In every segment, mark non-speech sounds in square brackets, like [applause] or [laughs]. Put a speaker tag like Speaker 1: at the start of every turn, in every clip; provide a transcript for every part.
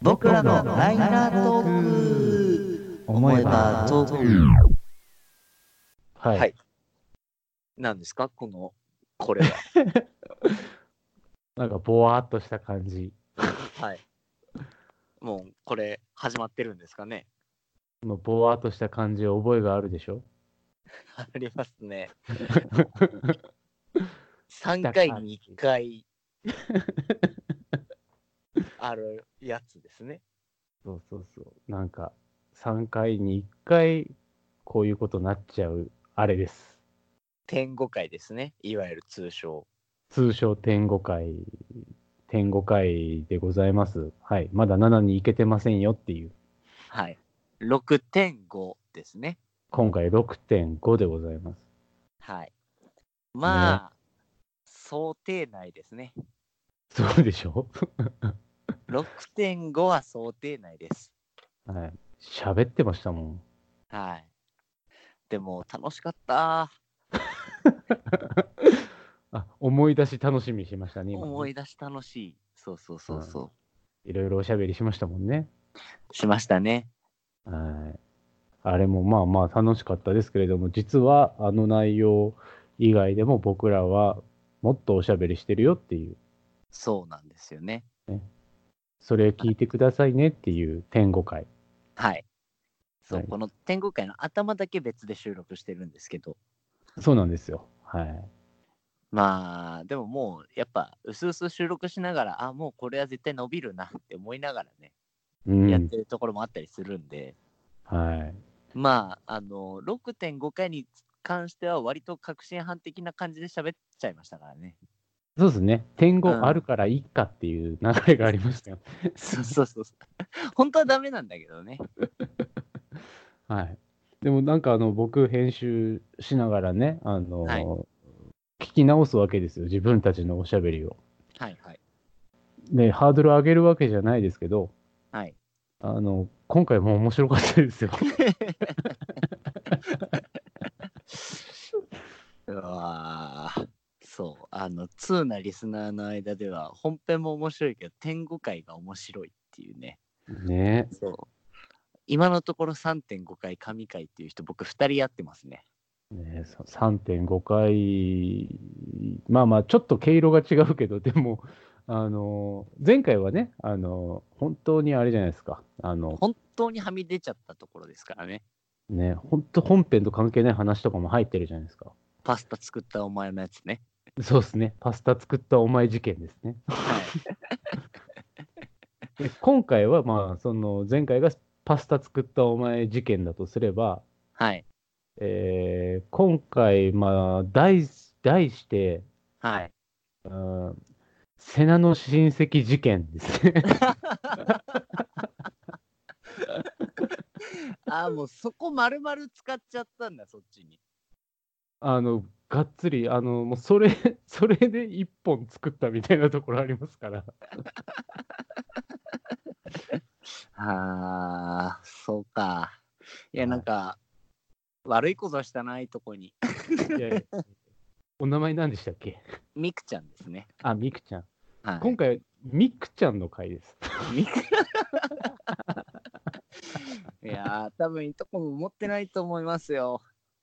Speaker 1: 僕らのライナートーク思えばトーク
Speaker 2: はい。
Speaker 3: はいなんですかこの、
Speaker 2: [laughs]
Speaker 3: これは。
Speaker 2: なんか、ぼわーっとした感じ
Speaker 3: はい。もう、これ、始まってるんです [laughs] かね
Speaker 2: の、ぼわーっとした感じ、覚えがあるでしょ
Speaker 3: ありますね。3回に1回、あるやつですね。
Speaker 2: そうそうそう。なんか、3回に1回、こういうことになっちゃう、あれです。
Speaker 3: 点5回ですね。いわゆる通称。
Speaker 2: 通称、天5回、天5回でございます。はい。まだ7に行けてませんよっていう、
Speaker 3: はい。6.5ですね。
Speaker 2: 今回6.5でございます。
Speaker 3: はい。まあ、想定内ですね。
Speaker 2: そうでしょ [laughs]
Speaker 3: 6.5は想定内です。
Speaker 2: はい。喋ってましたもん。
Speaker 3: はい。でも、楽しかった。
Speaker 2: あ、思い出し楽しみしましたね。今ね
Speaker 3: 思い出し楽しい。そうそうそうそう。
Speaker 2: いろいろおしゃべりしましたもんね。
Speaker 3: しましたね。
Speaker 2: はい。あれもまあまあ楽しかったですけれども、実はあの内容以外でも僕らはもっとおしゃべりしてるよっていう、
Speaker 3: そうなんですよね。
Speaker 2: それ聞いてくださいねっていう天5回。
Speaker 3: はい。そう、
Speaker 2: はい
Speaker 3: この天国会の頭だけ別で収録してるんですけど、
Speaker 2: そうなんですよ。はい。
Speaker 3: まあ、でももう、やっぱ、うすうす収録しながら、あ、もうこれは絶対伸びるなって思いながらね、
Speaker 2: う
Speaker 3: やっ
Speaker 2: ん。
Speaker 3: てるところもあったりするんで、
Speaker 2: はい。
Speaker 3: まあ、あの、6.5回に関しては、割と革新犯的な感じで喋っちゃいましたから
Speaker 2: [laughs]
Speaker 3: ね。
Speaker 2: そうですね。天
Speaker 3: うん
Speaker 2: 5あるからいいかっていう流れがありましたよ。
Speaker 3: そうそうそうそう。本当はダメなんだけどね。
Speaker 2: はい。でもなんかあの僕編集しながらね、あの、
Speaker 3: はい
Speaker 2: 聞き直すわけですよ。自分たちのおしゃべりを。
Speaker 3: はいはい。
Speaker 2: で、ハードル上げるわけじゃないですけど、
Speaker 3: はい。
Speaker 2: あの、今回も面白かったですよ。
Speaker 3: うわーそうあの通なリスナーの間では本編も面白いけど天5回が面白いっていうね
Speaker 2: ね
Speaker 3: そう今のところ3.5回神回っていう人僕2人やってますね
Speaker 2: ねそ3.5回、まあまあ、ちょっと毛色が違うけど、でも、あの、前回はね、あの、本当にあれじゃないですか、あの、
Speaker 3: 本当にはみ出ちゃったところですからね
Speaker 2: ね、本当本編と関係ない話とかも入ってるじゃないですか。
Speaker 3: パスタ作ったお前のやつね
Speaker 2: そうですね、パスタ作ったお前事件ですね。
Speaker 3: はい
Speaker 2: で [laughs] 今回は、まあ、その、前回がパスタ作ったお前事件だとすれば、
Speaker 3: はい
Speaker 2: えー今回、まあ、題す題して、
Speaker 3: はい
Speaker 2: うん瀬名の親戚事件ですね。
Speaker 3: ああもうそこ丸々使っちゃったんだそっちに
Speaker 2: [laughs] あの、がっつり、あの、もうそれ、 [laughs] それで一本作ったみたいなところありますから。
Speaker 3: ああそうかいや
Speaker 2: はい
Speaker 3: なんか、悪いことしたないとこに
Speaker 2: いやいやお名前何でしたっけ
Speaker 3: ミクちゃんですね
Speaker 2: あ、みくちゃん。
Speaker 3: はい
Speaker 2: 今回、みくちゃんの回です。
Speaker 3: みいやー、多分いとこも持ってないと思いますよ。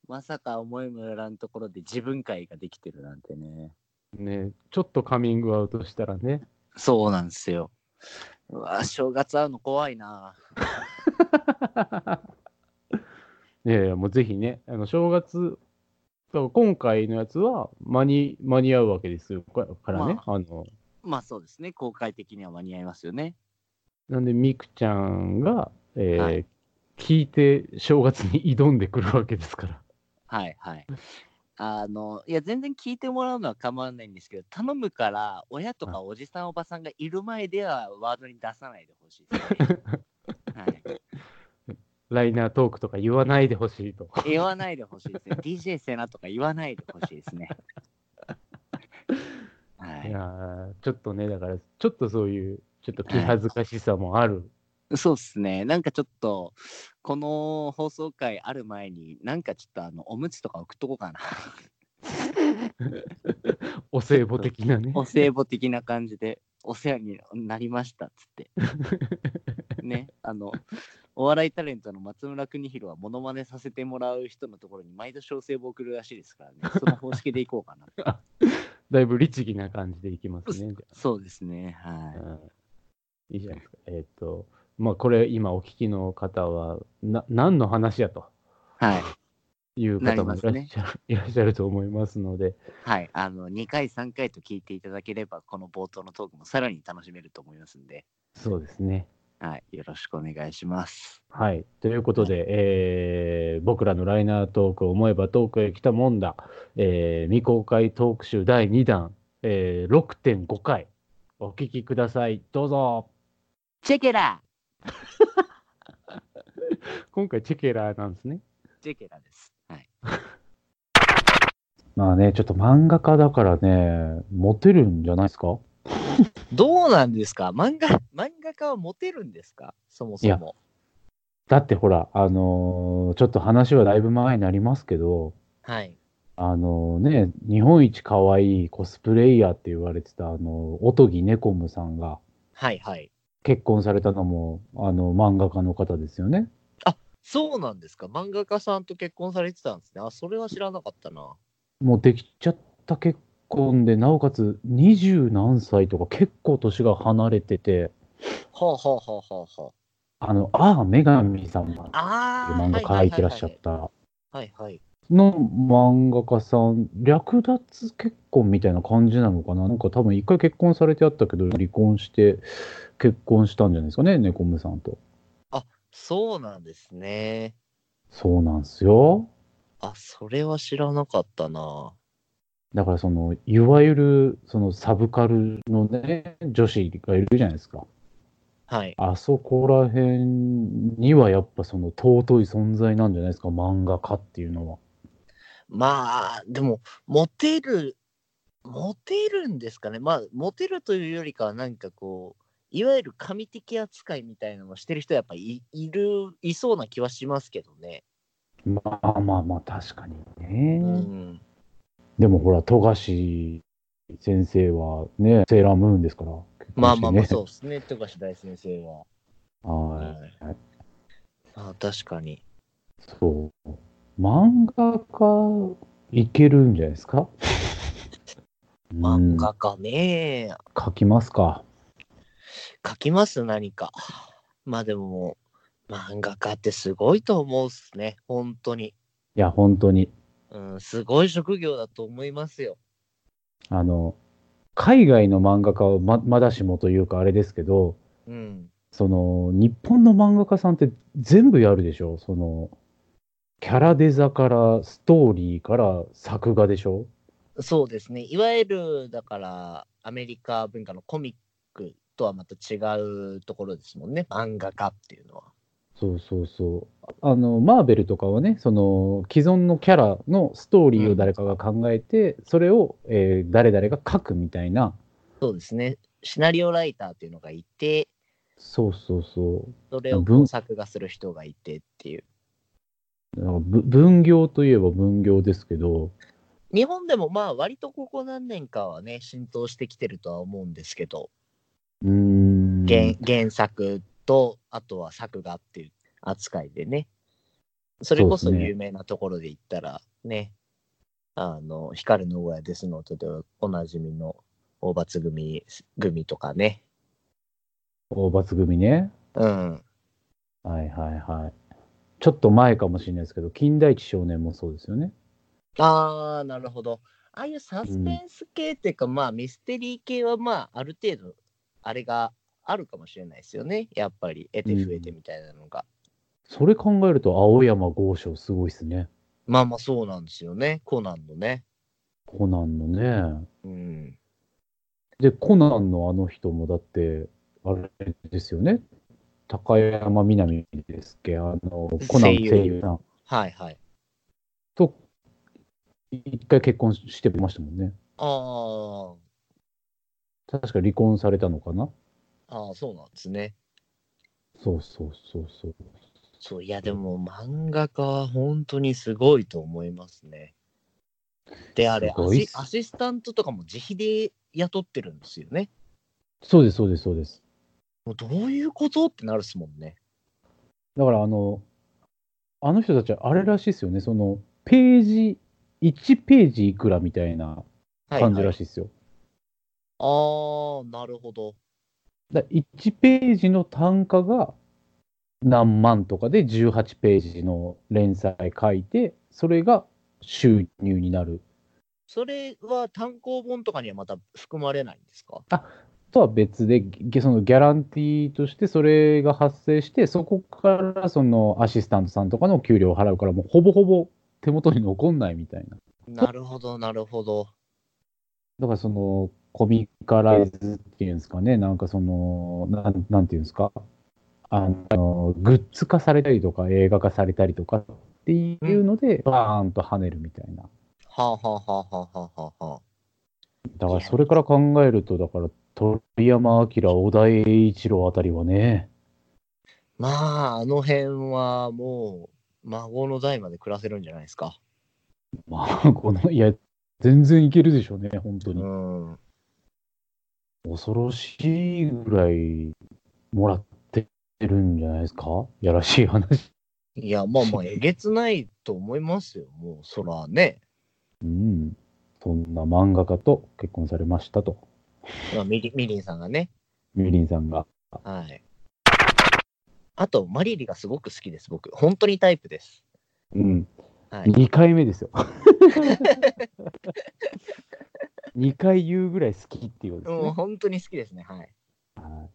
Speaker 3: まさか思いもよらんところで自分会ができてるなんてね。
Speaker 2: ね、ちょっとカミングアウトしたらね。
Speaker 3: そうなんですよ。うわー、正月会うの怖いな。
Speaker 2: [laughs] いやいや、もうぜひね、あの正月、だから今回のやつは間に間に合うわけですよかからね。
Speaker 3: ま
Speaker 2: あの
Speaker 3: まあそうですね、公開的には間に合いますよね。
Speaker 2: なんで、みくちゃんが、えー
Speaker 3: はい
Speaker 2: 聞いて正月に挑んでくるわけですから。
Speaker 3: はいはい。あの、いや、全然聞いてもらうのは構わないんですけど、頼むから、親とかおじさん、おばさんがいる前ではワードに出さないでほしいです [laughs] ね。はい
Speaker 2: ライナートークとか言わないでほしいと。、
Speaker 3: 言わないでほしいですね。DJ セナとか言わないでほしいですね。はいい、
Speaker 2: やーちょっとね、だから、ちょっとそういう、ちょっと気恥ずかしさもある。
Speaker 3: そうですね。なんかちょっと、この放送回ある前に、なんかちょっとあの、おむつとか送っとこうかな。
Speaker 2: お歳暮的なね。
Speaker 3: お歳暮的な感じで、お世話になりましたっつって。ね、あの、お笑いタレントの松村邦弘はモノマネさせてもらう人のところに毎度小生を送るらしいですからね、その方式でいこうかな。
Speaker 2: だいぶ律儀な感じでいきますね。じ
Speaker 3: そうですね、
Speaker 2: ゃあ
Speaker 3: は
Speaker 2: うんいいじゃないですか。えーっ、と、まあ、これ、今お聞きの方は、な何の話やと
Speaker 3: い。はい。
Speaker 2: いう方も
Speaker 3: なりま
Speaker 2: い
Speaker 3: す
Speaker 2: らっ
Speaker 3: ね
Speaker 2: しゃる,、いらっしゃると思いますので、
Speaker 3: はい、あの2回、3回と聞いていただければ、この冒頭のトークもさらに楽しめると思いますんで、
Speaker 2: そうですね。
Speaker 3: はい、よろしくお願いします。
Speaker 2: はい。ということで、えー僕らのライナートーク、思えばトークへ来たもんだ、えー未公開トーク集第2弾、えー6.5回、お聞きください。どうぞ。
Speaker 3: チェケラ
Speaker 2: 今回、チェケラーなんですね。
Speaker 3: チェケラです。はい、
Speaker 2: まあね、ちょっと漫画家だからね、モテるんじゃないですか
Speaker 1: どうなんですか漫画、漫画家はモテるんですかそもそ
Speaker 2: いや
Speaker 1: も。
Speaker 2: だってほら、あのーちょっと話はだいぶ前になりますけど、
Speaker 1: はい。
Speaker 2: あのね、日本一可愛いコスプレイヤーって言われてた、あの、おとぎねこむさんが
Speaker 1: はいはい。
Speaker 2: 結婚されたのも、あの、漫画家の方ですよね。
Speaker 1: そうなんですか漫画家さんと結婚されてたんですね。あ、それは知らなかったな。
Speaker 2: もうできちゃった結婚で、なおかつ二十何歳とか結構年が離れてて、
Speaker 1: ほうほうほうほうほう。
Speaker 2: あの、ああ、女神様って
Speaker 1: あ
Speaker 2: いう
Speaker 1: あ。
Speaker 2: 漫画
Speaker 1: は
Speaker 2: 家
Speaker 1: い
Speaker 2: いてらっしゃっ。た
Speaker 1: はいはい。
Speaker 2: の漫画家さん、略奪結婚みたいな感じなのかななんか多分一回結婚されてあったけど、離婚して結婚したんじゃないですかね、猫むさんと。
Speaker 1: そうなんですね。
Speaker 2: そうなんですよ。
Speaker 1: あ、それは知らなかったな。
Speaker 2: だからその、いわゆるそのサブカルのね、女子がいるじゃないですか。
Speaker 1: はい。
Speaker 2: あそこら辺にはやっぱその尊い存在なんじゃないですか、漫画家っていうのは。
Speaker 1: まあ、でも、モテる、モテるんですかね。まあ、モテるというよりかは、なんかこう、いわゆる神的扱いみたいなのをしてる人はやっぱいいる、いそうな気はしますけどね。
Speaker 2: まあまあまあ、確かにね。
Speaker 1: うん。
Speaker 2: でもほら、富樫先生はね、セーラームーンですから。
Speaker 1: まあまあまあ、
Speaker 2: う。
Speaker 1: そうですね。富樫大先生は。
Speaker 2: は
Speaker 1: はい。まあ、確かに。
Speaker 2: い。そう。漫画家、いけるんじゃないです
Speaker 1: [laughs]
Speaker 2: か
Speaker 1: 漫
Speaker 2: うん
Speaker 1: 画家ね、
Speaker 2: 書きますか。
Speaker 1: 書きます何か。まあでも、漫画家ってすごいと思うっすね。本当に。
Speaker 2: いや、本当に。
Speaker 1: うん、すごい職業だと思いますよ。
Speaker 2: あの、海外の漫画家はままだしもというかあれですけど、
Speaker 1: うん。
Speaker 2: その、日本の漫画家さんって全部やるでしょその、キャラデザからストーリーから作画でしょ
Speaker 1: そうですね。いわゆる、だから、アメリカ文化のコミックとはまた違うところですもんね。漫画家っていうのは。
Speaker 2: そうそうそう。あの、マーベルとかはね、その、既存のキャラのストーリーを誰かが考えて、それを、えー誰々が書くみたいな。
Speaker 1: そうですね。シナリオライターっていうのがいて、
Speaker 2: そうそうそう。
Speaker 1: それをこ
Speaker 2: 文
Speaker 1: う作画する人がいてっていう。
Speaker 2: だからぶ分業といえば分業ですけど、
Speaker 1: 日本でもまあ割とここ何年かはね、浸透してきてるとは思うんですけど、
Speaker 2: うーん。
Speaker 1: 原原作とあとは作画っていう扱いでねそれこ
Speaker 2: そ
Speaker 1: そう
Speaker 2: ですね
Speaker 1: 有名なところで言ったらねあの光の上やデスノートでおなじみの大罰組組とかね
Speaker 2: 大罰組ね。
Speaker 1: うん
Speaker 2: はいはいはい。ちょっと前かもしれないですけど、金田一少年もそうですよね。
Speaker 1: ああなるほどああいうサスペンス系っていうか、まあミステリー系はまあある程度あれがあるかもしれないですよねやっぱり得て増えてみたいなのが、
Speaker 2: それ考えると、青山剛昌すごいですね。
Speaker 1: まあまあそうなんですよねコナンのね
Speaker 2: コナンのね。
Speaker 1: うん
Speaker 2: で、コナンのあの人もだって、あれですよね。高山みなみですっけ、あの、コナン
Speaker 1: 声優
Speaker 2: 声優さん
Speaker 1: はいはい
Speaker 2: と、一回結婚してましたもんね。
Speaker 1: あ
Speaker 2: 確か離婚されたのかな
Speaker 1: あ、ああ、そうなんですね。
Speaker 2: そうそうそうそう。
Speaker 1: そう、いや、でも漫画家は本当にすごいと思いますね。で、あれ
Speaker 2: す
Speaker 1: ア
Speaker 2: ごいっ
Speaker 1: シ
Speaker 2: す、
Speaker 1: アシスタントとかも自費で雇ってるんですよね。
Speaker 2: そうです、そうです、そうです。
Speaker 1: もうどういうことってなるっすもんね。
Speaker 2: だからあの、あの人たちはあれらしいですよね、そのページ、1ページいくらみたいな
Speaker 1: はい、
Speaker 2: 感じら
Speaker 1: はい。
Speaker 2: しいですよ。
Speaker 1: あー、なるほど。
Speaker 2: だ1ページの単価が何万とかで18ページの連載書いて、それが収入になる
Speaker 1: それは単行本とかにはまた含まれないんですか
Speaker 2: とは別で、ぎそのギャランティーとしてそれが発生して、そこからそのアシスタントさんとかの給料を払うから、もうほぼほぼ手元に残んないみたいな。
Speaker 1: なるほど、なるほど。
Speaker 2: だからそのコミカライズっていうんですかね、なんかその、なんなんていうんですか、あの、グッズ化されたりとか、映画化されたりとかっていうので、バーンと跳ねるみたいな。
Speaker 1: はあはあはあはあはあはあはあ。
Speaker 2: だからそれから考えると、だから鳥山明、小田栄一郎あたりはね、 [laughs]
Speaker 1: まあ、あの辺はもう、孫の代まで暮らせるんじゃないですか。
Speaker 2: まあ、この、いや、全然いけるでしょうね、本当
Speaker 1: う
Speaker 2: に。
Speaker 1: ん。
Speaker 2: 恐ろしいぐらいもらってるんじゃないですかやらしい話。
Speaker 1: いや、まあまあ、えげつないと思いますよ。 [laughs] もう、そらね。
Speaker 2: うん。そんな漫画家と結婚されましたと、
Speaker 1: まあ、みりみりんさんがね。
Speaker 2: ミリンさんが。
Speaker 1: はい。あと、マリリがすごく好きです、僕。本当にタイプです。
Speaker 2: うん。
Speaker 1: はい。
Speaker 2: 2回目
Speaker 1: [laughs]
Speaker 2: ですよ。2回言うぐらい好きっていうことです
Speaker 1: もう
Speaker 2: ね。
Speaker 1: 本当に好きですね、はい。は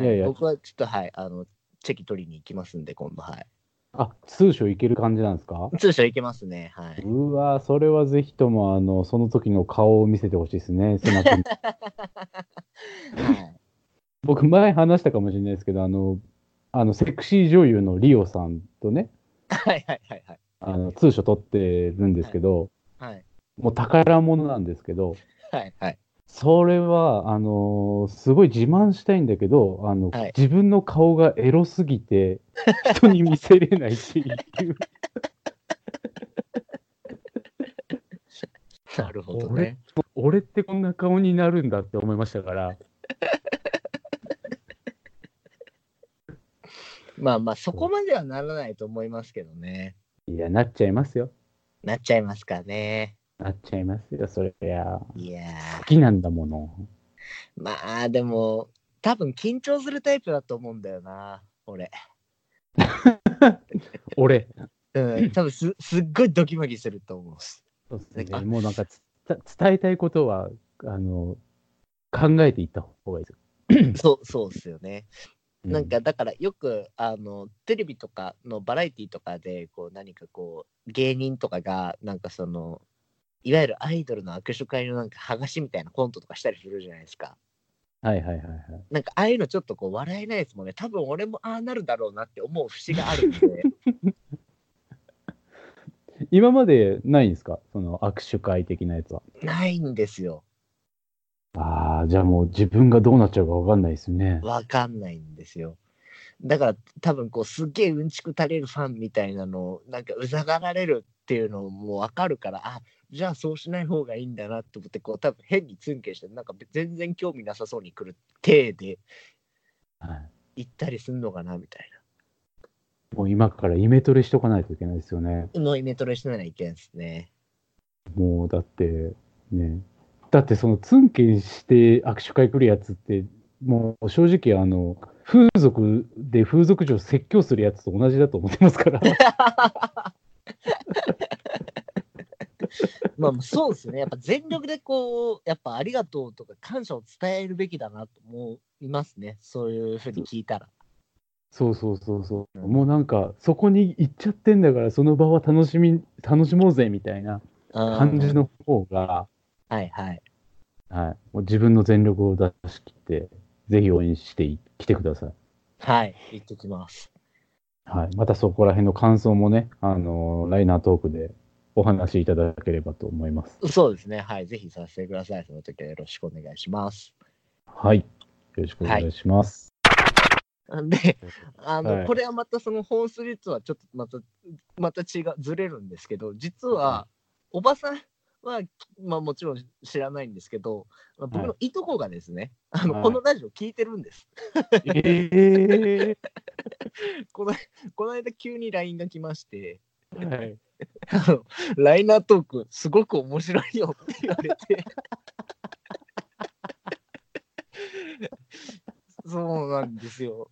Speaker 1: い
Speaker 2: やいや
Speaker 1: 僕はちょっと、はい、あの、チェキ取りに行きますんで、今度、はい。
Speaker 2: あ、通所いける感じなんですか。
Speaker 1: 通所行けますね、はいう
Speaker 2: わそれはぜひとも、あの、その時の顔を見せてほしいですね、スナ君
Speaker 1: [laughs] はい、
Speaker 2: 僕、前話したかもしれないですけど、あの、あの、セクシー女優のリオさんとね、
Speaker 1: はいはいはいはい。
Speaker 2: あの、通所取ってるんですけど、
Speaker 1: はい
Speaker 2: もう宝物なんですけど、
Speaker 1: はいはい。
Speaker 2: それは、あのーすごい自慢したいんだけど、あの、
Speaker 1: はい
Speaker 2: 自分の顔がエロすぎて、人に見せれないって
Speaker 1: [laughs]
Speaker 2: いう。
Speaker 1: なるほどね。
Speaker 2: 俺ってこんな顔になるんだって思いましたから。
Speaker 1: まあまあ、そこまではならないと思いますけどね。
Speaker 2: いや、なっちゃいますよ。
Speaker 1: なっちゃいますかね。
Speaker 2: なっちゃいますよ、それや。
Speaker 1: いやー
Speaker 2: 好きなんだもの。
Speaker 1: まあでも、多分緊張するタイプだと思うんだよな、俺。
Speaker 2: 俺。 [laughs]
Speaker 1: うん、多分すすっごいドキドキすると思うっす。
Speaker 2: そうです
Speaker 1: あ
Speaker 2: ね。もうなんかつた伝えたいことは、あの、考えていった方がいいですよ。
Speaker 1: そうそうっすよね。
Speaker 2: う
Speaker 1: なんか、だからよくあのテレビとかのバラエティとかでこう何かこう芸人とかがなんかそのいわゆるアイドルの握手会のなんか剥がしみたいなコントとかしたりするじゃないですか。
Speaker 2: はいはいはいはい。
Speaker 1: なんかああいうのちょっとこう笑えないですもんね。多分俺もああなるだろうなって思う節があるんで。
Speaker 2: 今までないんですかその握手会的なやつは。
Speaker 1: ないんですよ。
Speaker 2: ああ、じゃあもう自分がどうなっちゃうかわかんないですね。
Speaker 1: わかんないんですよ。だから多分こうすっげえうんちく垂れるファンみたいなのをなんかうざがられるっていうのもわかるからあじゃあそうしない方がいいんだなと思ってこう多分変にツンケンしてなんか全然興味なさそうに来る体で
Speaker 2: はい
Speaker 1: 行ったりすんのかなみたい
Speaker 2: もう今からイメトレしとかないといけないですよね。
Speaker 1: なのイメトレしないといけんですね。
Speaker 2: もうだって、ね。だってそのツンケンして握手会来るやつって、もう正直あの、風俗で風俗嬢説教するやつと同じだと思ってますから。
Speaker 1: [laughs] まあまあそうですねやっぱ全力でこうやっぱありがとうとか感謝を伝えるべきだなと思いますねそういうふうに聞いたら。
Speaker 2: そうそうそうそう。
Speaker 1: うん
Speaker 2: もうなんか、そこに行っちゃってんだから、その場は楽しみ、楽しもうぜみたいな感じ
Speaker 1: うん
Speaker 2: の方が、
Speaker 1: はいはい。
Speaker 2: はい。もう自分の全力を出し切って、ぜひ応援してい来てください。
Speaker 1: はい、行ってきます。
Speaker 2: はい、またそこら辺の感想もね、あのーライナートークでお話しいただければと思います。
Speaker 1: そうですね。はい、ぜひさせてください。その時はよろしくお願いします。 [laughs]
Speaker 2: はい。よろしくお願いします。
Speaker 1: で、あの、
Speaker 2: はい
Speaker 1: これはまたその本数率はちょっとまた、また違う、ずれるんですけど、実は、おばさん、は、まあもちろん知らないんですけど、まあ僕のいとこがですね、あ
Speaker 2: は
Speaker 1: の
Speaker 2: い
Speaker 1: [laughs] このラジオ聞いてるんです。
Speaker 2: ええ
Speaker 1: このこの間急に LINE が来まして、 [laughs]
Speaker 2: はい。
Speaker 1: あのライナートークすごく面白いよって言わ
Speaker 2: [laughs]
Speaker 1: れて。そうなんですよ。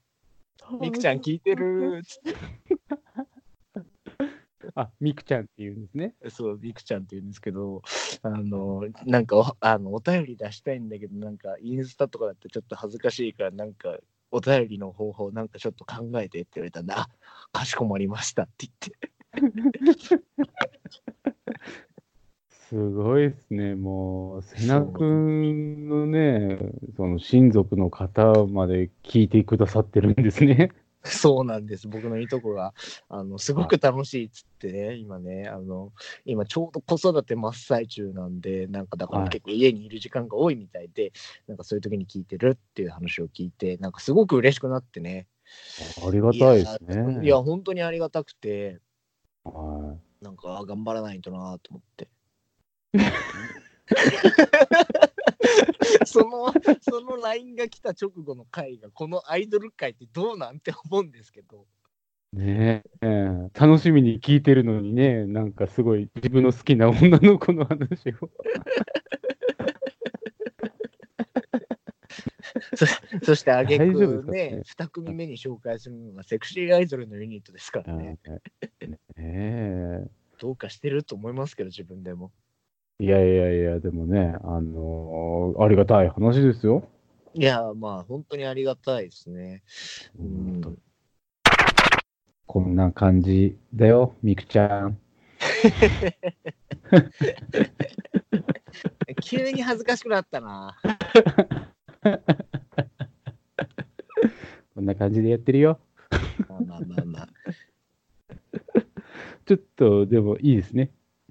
Speaker 1: みくちゃん聞いてるっつっ
Speaker 2: あ、みくちゃんっていうんですね。
Speaker 1: てそう、みくちゃんって言うんですけど、あの、なんかおあのお便り出したいんだけど、なんかインスタとかだってちょっと恥ずかしいから、なんかお便りの方法なんかちょっと考えてって言われたんで、あかしこまりましたって言って。 [laughs]
Speaker 2: すごいですね。もう、瀬名くんのね、その親族の方まで聞いてくださってるんですね。
Speaker 1: そうなんです。僕のいとこが、あの、すごく楽しいっつってね、今ね、あの、今ちょうど子育て真っ最中なんで、なんかだから
Speaker 2: はい
Speaker 1: 結構家にいる時間が多いみたいで、なんかそういう時に聞いてるっていう話を聞いて、なんかすごく嬉しくなってね。
Speaker 2: ありがたいです
Speaker 1: いや
Speaker 2: ね。
Speaker 1: いや、本当にありがたくて、
Speaker 2: は
Speaker 1: なんかあ頑張らないとなと思って。 [laughs] そのその LINE が来た直後の回がこのアイドル界ってどうなんて思うんですけど
Speaker 2: い。ねえ楽しみに聞いてるのにね、なんかすごい自分の好きな女の子の話を。
Speaker 1: そそしてあげ
Speaker 2: 大丈夫です
Speaker 1: く
Speaker 2: か
Speaker 1: ね
Speaker 2: ね
Speaker 1: 2組目に紹介するのがセクシーアイドルのユニットですからね、
Speaker 2: ねえ
Speaker 1: どうかしてると思いますけど自分でも
Speaker 2: いやいやいや、でもね、あのーありがたい話ですよ。
Speaker 1: いやーまあ本当にありがたいですねうん
Speaker 2: こんな感じだよ、みくちゃん。
Speaker 1: 急に恥ずかしくなったな
Speaker 2: こんな感じでやってるよ。
Speaker 1: まあまあまあまあ
Speaker 2: ちょっと、でもいいですね。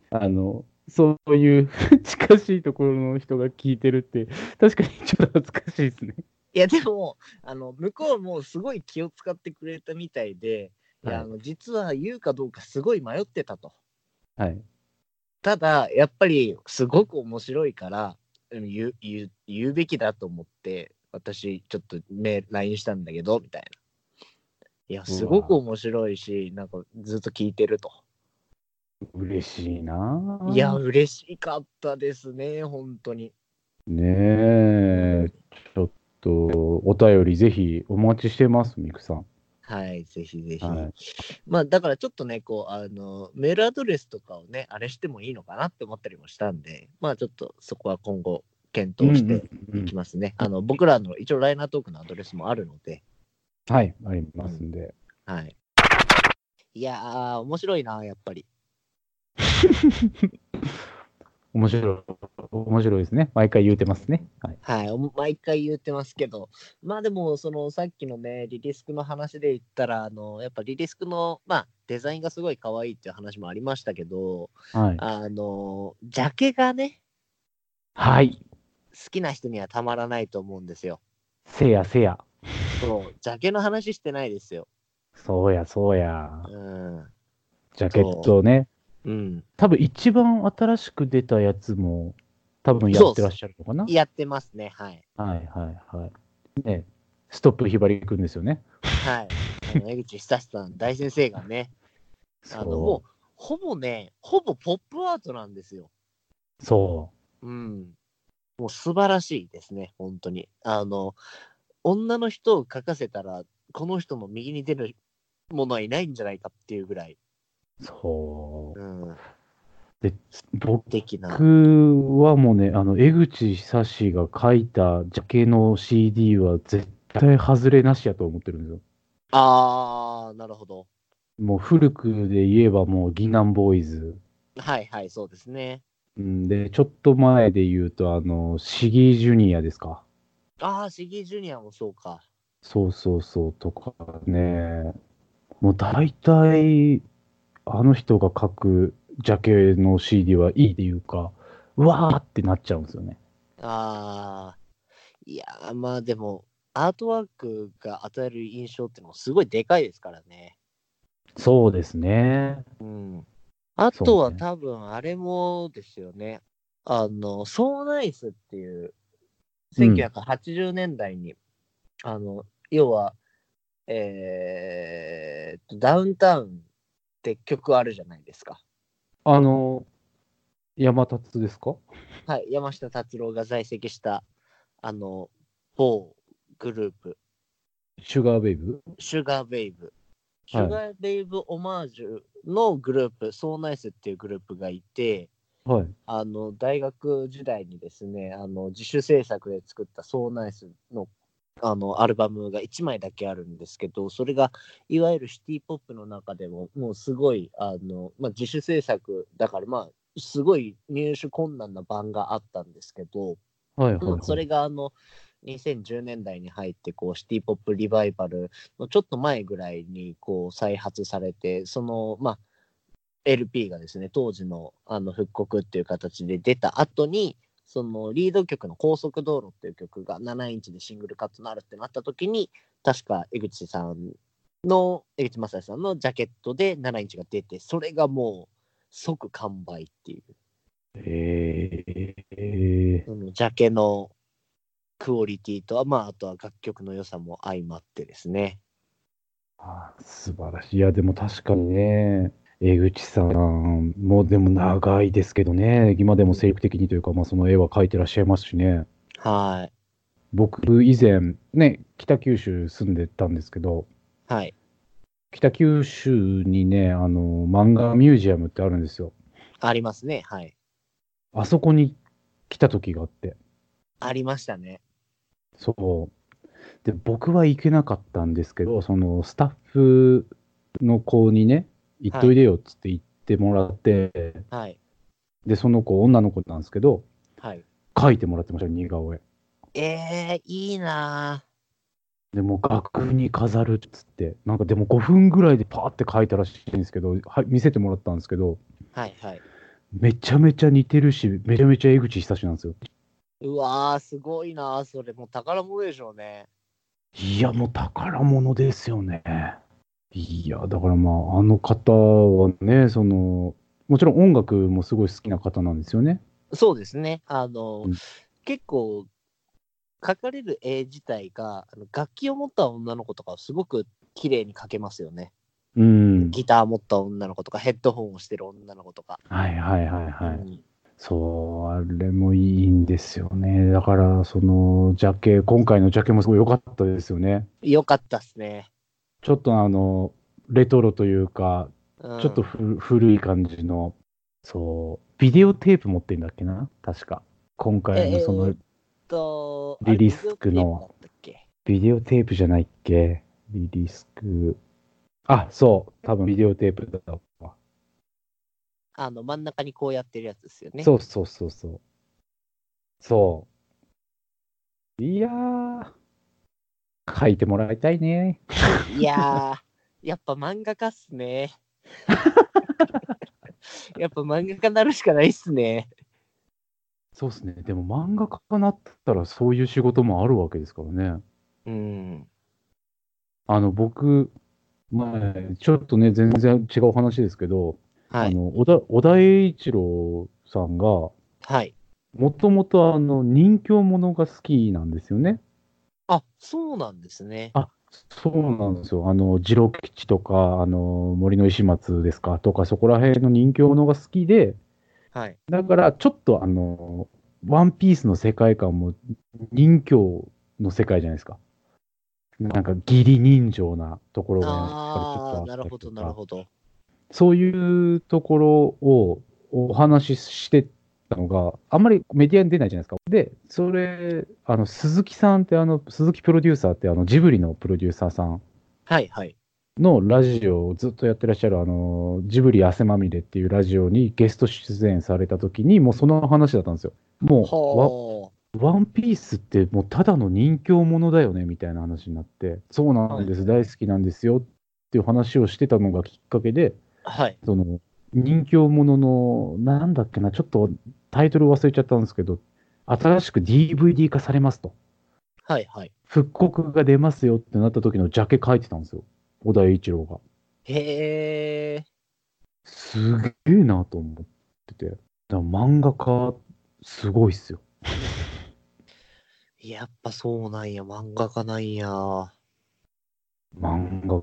Speaker 2: あの、そういう [laughs] 近しいところの人が聞いてるって、確かにちょっと恥ずかしいですね。
Speaker 1: いやでもあの向こうもすごい気を使ってくれたみたいで、いや
Speaker 2: はい
Speaker 1: あの実は言うかどうかすごい迷ってたと
Speaker 2: はい。
Speaker 1: ただやっぱりすごく面白いからうん言う言う言うべきだと思って私ちょっとメ LINE したんだけどみたいないや
Speaker 2: わ
Speaker 1: すごく面白いしなんかずっと聞いてると
Speaker 2: 嬉しいなぁ
Speaker 1: いや嬉しかったですね本当に
Speaker 2: ねえ、ちょっと、お便りぜひお待ちしてます、みくさん。
Speaker 1: はいぜひぜひ、
Speaker 2: はい
Speaker 1: まあだからちょっとねこうあのメールアドレスとかをねあれしてもいいのかなって思ったりもしたんでまあちょっとそこは今後検討して
Speaker 2: うんうん
Speaker 1: いきますね、あの僕らの一応ライナートークのアドレスもあるので
Speaker 2: はい、ありますんで。
Speaker 1: はい。いやー、面白いな、やっぱり。
Speaker 2: 面白い、面白いですね。毎回言うてますね。はい。
Speaker 1: はい。お毎回言ってますけど、まあでも、そのさっきのね、リリスクの話で言ったら、あの、やっぱリリスクの、まあ、デザインがすごい可愛いっていう話もありましたけど、
Speaker 2: はい。
Speaker 1: あの、ジャケがね、
Speaker 2: はい。
Speaker 1: 好きな人にはたまらないと思うんですよ。
Speaker 2: せやせや。
Speaker 1: そう、ジャケの話してないですよ。
Speaker 2: そうや、そうや。
Speaker 1: うん。
Speaker 2: ジャケットね。
Speaker 1: うん。
Speaker 2: 多分一番新しく出たやつも、多分やってらっしゃるのかな。はい
Speaker 1: やってますね、はい。
Speaker 2: はいはい。ね、ストップひばりくんですよね。
Speaker 1: はい。あの江口久志さん、大先生がね、あの、も、
Speaker 2: そう
Speaker 1: ほぼね、ほぼポップアートなんですよ。
Speaker 2: う。そ
Speaker 1: うん。もう素晴らしいですね、本当に。あの、女の人を描かせたら、この人の右に出るものはいないんじゃないかっていうぐらい、
Speaker 2: う。そう。
Speaker 1: うん、
Speaker 2: 僕
Speaker 1: 的な。
Speaker 2: はもうね、あの、江口久志が書いたジャケの CD は絶対外れなしやと思ってるんですよ。
Speaker 1: あー、なるほど。
Speaker 2: もう古くで言えばもう、ギナンボーイズ。
Speaker 1: はいはい、そうですね。
Speaker 2: うんで、ちょっと前で言うと、あの、シギージュニアですか。
Speaker 1: あー、シギージュニアもそうか。
Speaker 2: そうそうそう、とかね。もう大体、あの人が書くジャケの CD はいいっていうか、うわーってなっちゃうんですよね。
Speaker 1: あー、いやー、まあでも、アートワークが与える印象ってのもすごいでかいですからね。
Speaker 2: そうですね。
Speaker 1: うん。あ
Speaker 2: そうね
Speaker 1: とは多分、あれもですよね。あの、ソーナイスっていう、1980年代に、あの、要は、えーっと、ダウンタウンって曲あるじゃないですか。
Speaker 2: あの、山達ですか
Speaker 1: はい、山下達郎が在籍した、あの、某グループ、
Speaker 2: シュガーベイブ
Speaker 1: シュガーベイブ。シュガーベイブオマージュのグループ、ソーナイスっていうグループがいて、
Speaker 2: はい。
Speaker 1: あの大学時代にですねあの自主制作で作った「ソーナイスの」あのアルバムが1枚だけあるんですけどそれがいわゆるシティ・ポップの中でももうすごいあの、まあ、自主制作だからまあすごい入手困難な版があったんですけど、
Speaker 2: はいはい、
Speaker 1: う
Speaker 2: は
Speaker 1: ん
Speaker 2: い。
Speaker 1: それがあの2010年代に入ってこうシティ・ポップリバイバルのちょっと前ぐらいにこう再発されてそのまあ LP がですね当時のあの復刻っていう形で出た後にそのリード曲の「高速道路」っていう曲が7インチでシングルカットになるってなった時に確か江口さんの江口正也さんのジャケットで7インチが出てそれがもう即完売っていう
Speaker 2: ええ
Speaker 1: そのジャケのクオリティと、まあ、あとは楽曲の良さも相まってですね。
Speaker 2: あ素晴らしい。いや、でも確かにね、江口さん、もうでも長いですけどね、今でも精力的にというか、まあ、その絵は描いてらっしゃいますしね。
Speaker 1: は
Speaker 2: 僕、以前、ね、北九州住んでたんですけど、
Speaker 1: い。はい。
Speaker 2: 北九州にね、あの、漫画ミュージアムってあるんですよ。
Speaker 1: ありますね。はい。
Speaker 2: あそこに来た時があって、
Speaker 1: ありましたね。
Speaker 2: そう。で、僕は行けなかったんですけど、そのスタッフの子にね、行っといでよっつって言ってもらって、
Speaker 1: はい。
Speaker 2: で、その子、女の子なんですけど、
Speaker 1: はい。
Speaker 2: 描いてもらってました、似顔絵。
Speaker 1: えー、いいな
Speaker 2: でもう額に飾るっつって、なんかでも5分ぐらいでパーって描いたらしいんですけど、はい、見せてもらったんですけど、
Speaker 1: ぁはいはい。
Speaker 2: めちゃめちゃ似てるし、めちゃめちゃ江口久志なんですよ。
Speaker 1: うわー、すごいなぁそれもう宝物でしょうね。
Speaker 2: いや、もう宝物ですよね。いや、だからまあ、あの方はね、その、もちろん音楽もすごい好きな方なんですよね。
Speaker 1: そうですね。あの、
Speaker 2: うん
Speaker 1: 結構、描かれる絵自体が、あの楽器を持った女の子とかをすごく綺麗に描けますよね。
Speaker 2: うん。
Speaker 1: ギター持った女の子とか、ヘッドホンをしてる女の子とか。
Speaker 2: はいはいはいは
Speaker 1: う
Speaker 2: い。
Speaker 1: ん
Speaker 2: そう、あれもいいんですよね。だから、その、ジャケ、今回のジャケもすごい良かったですよね。
Speaker 1: よかったっすね。
Speaker 2: ちょっとあの、レトロというか、
Speaker 1: うん
Speaker 2: ちょっとふ、古い感じの、そう、ビデオテープ持ってんだっけな確か。今回のその、
Speaker 1: えーと
Speaker 2: リリスクの。
Speaker 1: あれビデオ
Speaker 2: ビデオテ
Speaker 1: テープだったっけ
Speaker 2: ープじゃないっけリリスク。あ、そう。多分ビデオテープだったわ。
Speaker 1: あの真ん中にこうやってるやつですよね。
Speaker 2: そうそうそうそう。そう。いやー。書いてもらいたいね。
Speaker 1: いやー、 [laughs] やっぱ漫画家っすね。 [laughs] やっぱ漫画家になるしかないっすね。
Speaker 2: そうっすね。でも漫画家になったらそういう仕事もあるわけですからね。
Speaker 1: うん。
Speaker 2: あの、僕、前、ちょっとね、全然違う話ですけど、
Speaker 1: は
Speaker 2: あ
Speaker 1: い。
Speaker 2: の、小田、小田栄一郎さんが、も
Speaker 1: はい。
Speaker 2: ともとあの、人形ものが好きなんですよね。
Speaker 1: あ、そうなんですね。
Speaker 2: あ、そうなんですよ。あの、次郎吉とか、あの、森の石松ですか、とか、そこら辺の人形ものが好きで、
Speaker 1: はい。
Speaker 2: だから、ちょっとあの、ワンピースの世界観も人形の世界じゃないですか。なんか、義理人情なところがやっぱ
Speaker 1: あ
Speaker 2: りちょっとあった
Speaker 1: あ、なる
Speaker 2: り
Speaker 1: ほ
Speaker 2: と
Speaker 1: ど、
Speaker 2: か
Speaker 1: なるほど。
Speaker 2: そういうところをお話ししてたのが、あんまりメディアに出ないじゃないですか。で、それ、あの、鈴木さんって、あの、鈴木プロデューサーって、あの、ジブリのプロデューサーさん。
Speaker 1: はい、はい。
Speaker 2: のラジオをずっとやってらっしゃる、あの、ジブリ汗まみれっていうラジオにゲスト出演された時に、もうその話だったんですよ。も
Speaker 1: ほ
Speaker 2: う、ワワンピースってもうただの人形ものだよね、みたいな話になって、そうなんです、大好きなんですよっていう話をしてたのがきっかけで、
Speaker 1: う。はい。
Speaker 2: その、人形ものの、なんだっけな、ちょっとタイトル忘れちゃったんですけど、新しく DVD 化されますと。
Speaker 1: はい、はい。
Speaker 2: 復刻が出ますよってなった時のジャケ書いてたんですよ。小田栄一郎が。
Speaker 1: へえ。
Speaker 2: すげえなと思ってて。だから漫画家すごいっすよ。
Speaker 1: やっぱそうなんや、漫画家なんや。
Speaker 2: 漫画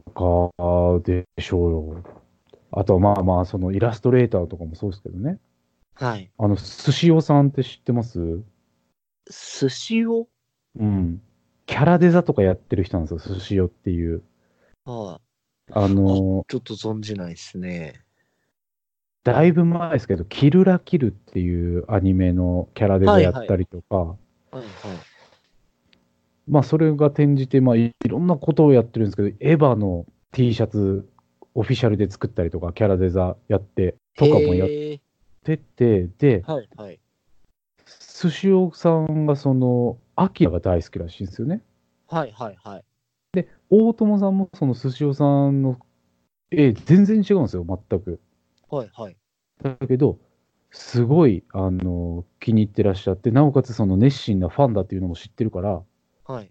Speaker 2: 家でしょうよ。あとはまあまあ、そのイラストレーターとかもそうですけどね。
Speaker 1: はい。
Speaker 2: あの、寿司おさんって知ってます
Speaker 1: 寿司を
Speaker 2: うん。キャラデザとかやってる人なんですよ、寿司おっていう。
Speaker 1: は
Speaker 2: あの、
Speaker 1: い。ちょっと存じないですね。
Speaker 2: だいぶ前ですけど、キルラキルっていうアニメのキャラデザやったりとか、
Speaker 1: はいはい。
Speaker 2: まあ、それが転じて、まあ、いいろんなことをやってるんですけど、エヴァの T シャツ、オフィシャルで作ったりとか、キャラデザやって、とかもやっ
Speaker 1: へ
Speaker 2: てて、で、
Speaker 1: ーはいはい。
Speaker 2: 寿司おさんが、その、アキラが大好きらしいんですよね。
Speaker 1: はいはいはい。
Speaker 2: 大友さんも、その寿司おさんの絵、全然違うんですよ、全く。
Speaker 1: はいはい。
Speaker 2: だけど、すごい、あの、気に入ってらっしゃって、なおかつ、その、熱心なファンだっていうのも知ってるから、
Speaker 1: はい。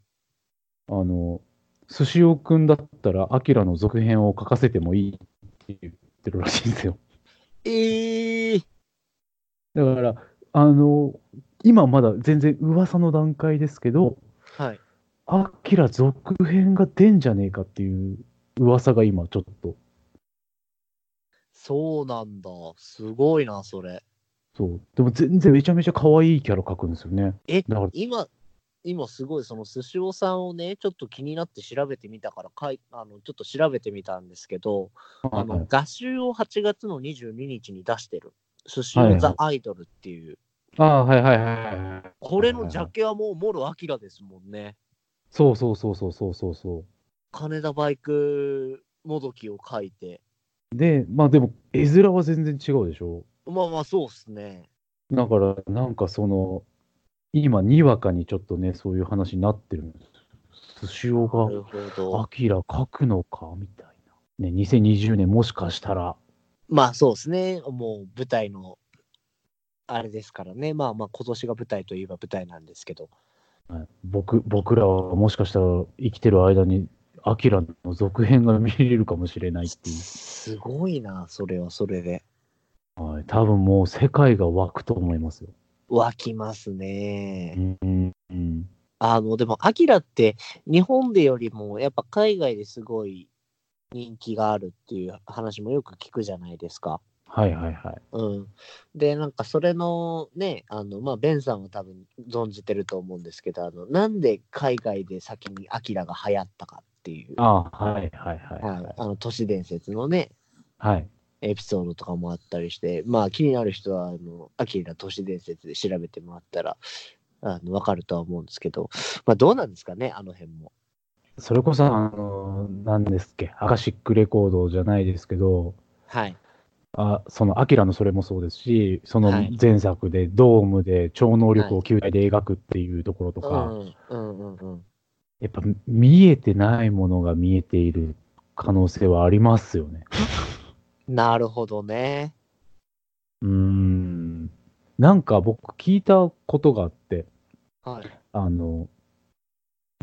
Speaker 2: あの、寿司おくんだったら、アキラの続編を書かせてもいいって言ってるらしいんですよ。
Speaker 1: ええー。
Speaker 2: だから、あの、今まだ全然噂の段階ですけど、
Speaker 1: はい。
Speaker 2: アキラ続編が出んじゃねえかっていう噂が今ちょっと、
Speaker 1: そうなんだ。すごいな、それ。
Speaker 2: そう。でも全然めちゃめちゃ可愛いキャラ書くんですよね。
Speaker 1: え
Speaker 2: だから、
Speaker 1: 今、今すごい、その寿司おさんをね、ちょっと気になって調べてみたからかいあの、ちょっと調べてみたんですけど、あ
Speaker 2: は
Speaker 1: の
Speaker 2: い
Speaker 1: 画集を8月の22日に出してる、寿司
Speaker 2: はい
Speaker 1: を
Speaker 2: はい
Speaker 1: ザ・アイドルっていう、
Speaker 2: ああ、はいはいはいはいはい。
Speaker 1: これのジャケはもう、モロ・アキラですもんね。
Speaker 2: そうそうそうそうそうそうそ
Speaker 1: 金田バイクもどきを書いて、
Speaker 2: う。で、まあでも、絵面は全然違うでしょ。
Speaker 1: まあまあ、そうっすね。
Speaker 2: だから、なんかその、今、にわかにちょっとね、そういう話になってるんです。スシオ
Speaker 1: な
Speaker 2: が
Speaker 1: る、ほど。
Speaker 2: アキラ書くのかみたいな。ね、2020年もしかしたら、
Speaker 1: まあそうですね、もう舞台のあれですからね、まあまあ今年が舞台といえば舞台なんですけど、
Speaker 2: はい僕、僕らはもしかしたら生きてる間に、アキラの続編が見れるかもしれないってい
Speaker 1: すごいな、それはそれで。
Speaker 2: う。はい、多分もう世界が湧くと思いますよ。
Speaker 1: 湧きますね。
Speaker 2: うん。うん
Speaker 1: あの、でも、アキラって日本でよりもやっぱ海外ですごい人気があるっていう話もよく聞くじゃないですか。
Speaker 2: はいはいはい。
Speaker 1: うん。で、なんかそれのね、あの、まあ、ベンさんは多分存じてると思うんですけど、あの、なんで海外で先にアキラが流行ったかっていう、
Speaker 2: ああ、はいはいはいは
Speaker 1: はい
Speaker 2: い。
Speaker 1: あの、都市伝説のね、
Speaker 2: はい。
Speaker 1: エピソードとかもあったりして、まあ気になる人は、あの、アキラ都市伝説で調べてもらったら、あの、わかるとは思うんですけど、まあどうなんですかね、あの辺も。
Speaker 2: それこそ、あの、何ですっけ、アカシックレコードじゃないですけど、
Speaker 1: はい。
Speaker 2: あその、アキラのそれもそうですし、その
Speaker 1: はい
Speaker 2: 前作でドームで超能力を球体で描くっていうところとか、
Speaker 1: うん、うん、うん、うん。
Speaker 2: やっぱ見えてないものが見えている可能性はありますよね。
Speaker 1: なるほどね。
Speaker 2: うーん。なんか僕聞いたことがあって、
Speaker 1: はい。
Speaker 2: あの、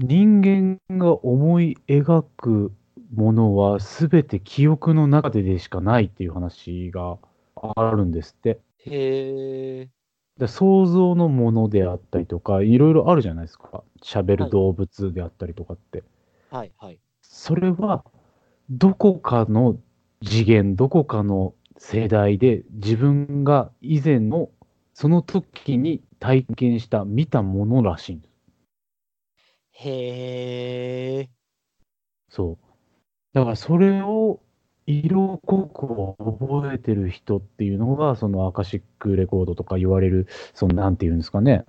Speaker 2: 人間が思い描くものは全て記憶の中ででしかないっていう話があるんですって。
Speaker 1: へえ。
Speaker 2: で想像のものであったりとか、いろいろあるじゃないですか。喋
Speaker 1: は
Speaker 2: る
Speaker 1: い
Speaker 2: 動物であったりとかって。
Speaker 1: はい、はい。
Speaker 2: それは、どこかの次元、どこかの世代で、自分が以前の、その時に体験した、見たものらしいんです。
Speaker 1: へえ。
Speaker 2: そう。だから、それを、色濃く覚えてる人っていうのが、そのアカシックレコードとか言われる、その、なんていうんですかね。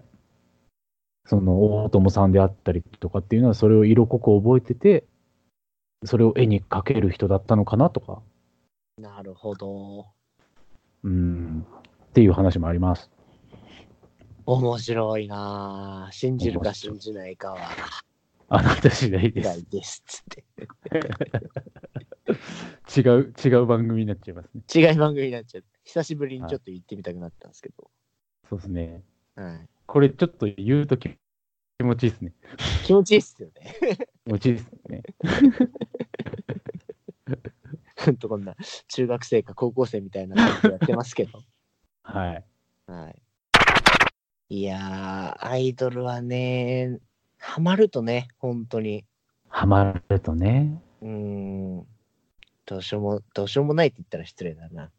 Speaker 2: その、大友さんであったりとかっていうのは、それを色濃く覚えてて、それを絵に描ける人だったのかなとか。
Speaker 1: なるほど。
Speaker 2: うんっていう話もあります。
Speaker 1: 面白いなあ信じるか
Speaker 2: 面白い
Speaker 1: 信じないかは、
Speaker 2: あなた次第
Speaker 1: 意
Speaker 2: で
Speaker 1: 外です。つって。
Speaker 2: す。違う、違う番組になっちゃいますね。
Speaker 1: 違い番組になっちゃって、久しぶりにちょっと行ってみたくなったんですけど。
Speaker 2: そうですね。
Speaker 1: はい。
Speaker 2: これちょっと言うとき気持ちいいですね。
Speaker 1: 気持ちいいっすよね。
Speaker 2: 気持ちいいですね。
Speaker 1: ほんとこんな、中学生か高校生みたいな感じでやってますけど。
Speaker 2: はい。
Speaker 1: はい。いやー、アイドルはね、ハマるとね、本当に。
Speaker 2: ハマるとね。
Speaker 1: うーん。どうしようも、どうしようもないって言ったら失礼だな。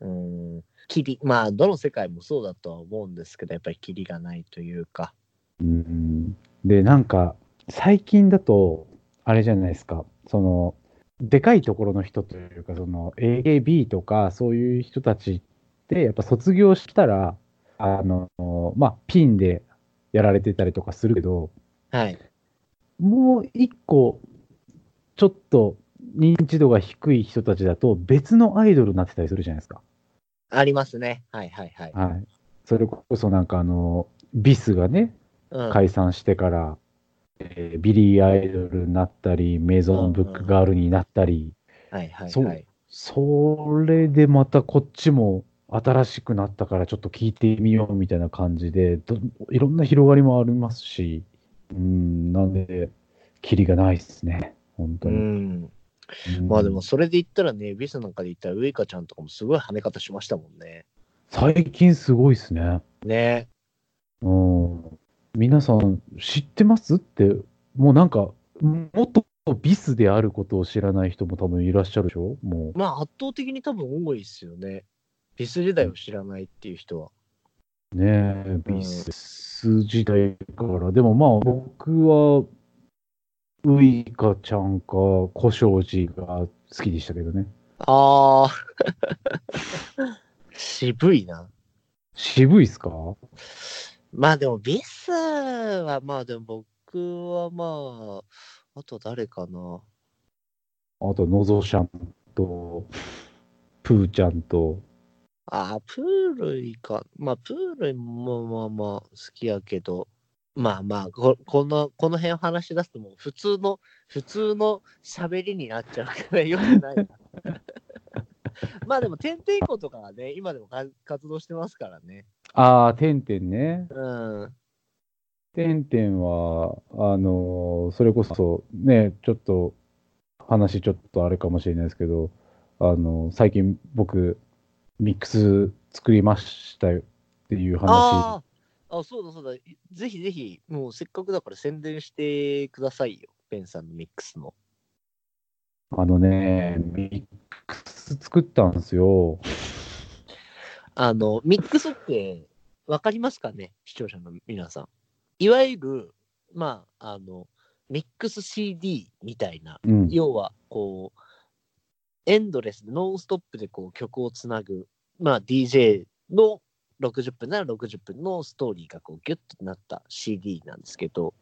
Speaker 1: うーん。キリ、まあ、どの世界もそうだとは思うんですけど、やっぱりキリがないというか。
Speaker 2: うん。で、なんか、最近だと、あれじゃないですか、その、でかいところの人というか、その、AAB とか、そういう人たちって、やっぱ卒業したら、あの、まあ、ピンでやられてたりとかするけど、
Speaker 1: はい。
Speaker 2: もう一個、ちょっと認知度が低い人たちだと、別のアイドルになってたりするじゃないですか。
Speaker 1: ありますね。はいはいはい。
Speaker 2: はい。それこそなんかあの、ビスがね、
Speaker 1: うん、
Speaker 2: 解散してから、えービリー・アイドルになったり、メゾン・ブック・ガールになったり、
Speaker 1: はいはい
Speaker 2: そ
Speaker 1: はい。
Speaker 2: うそれでまたこっちも新しくなったからちょっと聞いてみようみたいな感じで、どいろんな広がりもありますし、うん、なんで、キリがないですね、本当
Speaker 1: う
Speaker 2: に。
Speaker 1: ん。
Speaker 2: うん
Speaker 1: まあでも、それで言ったらね、ビスなんかで言ったら、ウイカちゃんとかもすごい跳ね方しましたもんね。
Speaker 2: 最近すごいですね。
Speaker 1: ね。
Speaker 2: うん。皆さん知ってますって、もうなんか、元ビスであることを知らない人も多分いらっしゃるでしょもう。
Speaker 1: まあ圧倒的に多分多いですよね。ビス時代を知らないっていう人は。
Speaker 2: ねえ、ビス時代から。でもまあ、僕は、ウイカちゃんか、小障寺が好きでしたけどね。
Speaker 1: ああ。 [laughs] 渋いな。
Speaker 2: 渋いっすか
Speaker 1: まあでも、ビスはまあでも僕はまあ、あと誰かな。
Speaker 2: あと、のぞちゃんと、プーちゃんと、
Speaker 1: ああ、プールイか。まあ、プールイもまあまあ好きやけど、まあまあ、ここの、この辺を話し出すともう普通の、普通の喋りになっちゃうからよくないな。まあでも、てんてんことかはね、今でもか活動してますからね。
Speaker 2: ああ、てんてんね。
Speaker 1: うん。
Speaker 2: てんてんは、あのーそれこそ、ね、ちょっと、話ちょっとあれかもしれないですけど、あのー最近僕、ミックス作りましたよっていう話。
Speaker 1: あーあ、そうだそうだ。ぜひぜひ、もうせっかくだから宣伝してくださいよ。ペンさんのミックスの。
Speaker 2: あのね、ミックス作ったんですよ。
Speaker 1: あの、ミックスって分かりますかね視聴者の皆さん。いわゆる、まあ、あの、ミックス CD みたいな、
Speaker 2: うん。
Speaker 1: 要は、こう、エンドレスで、ノンストップでこう曲をつなぐ、まあ、DJ の60分なら60分のストーリーがこうギュッとなった CD なんですけど、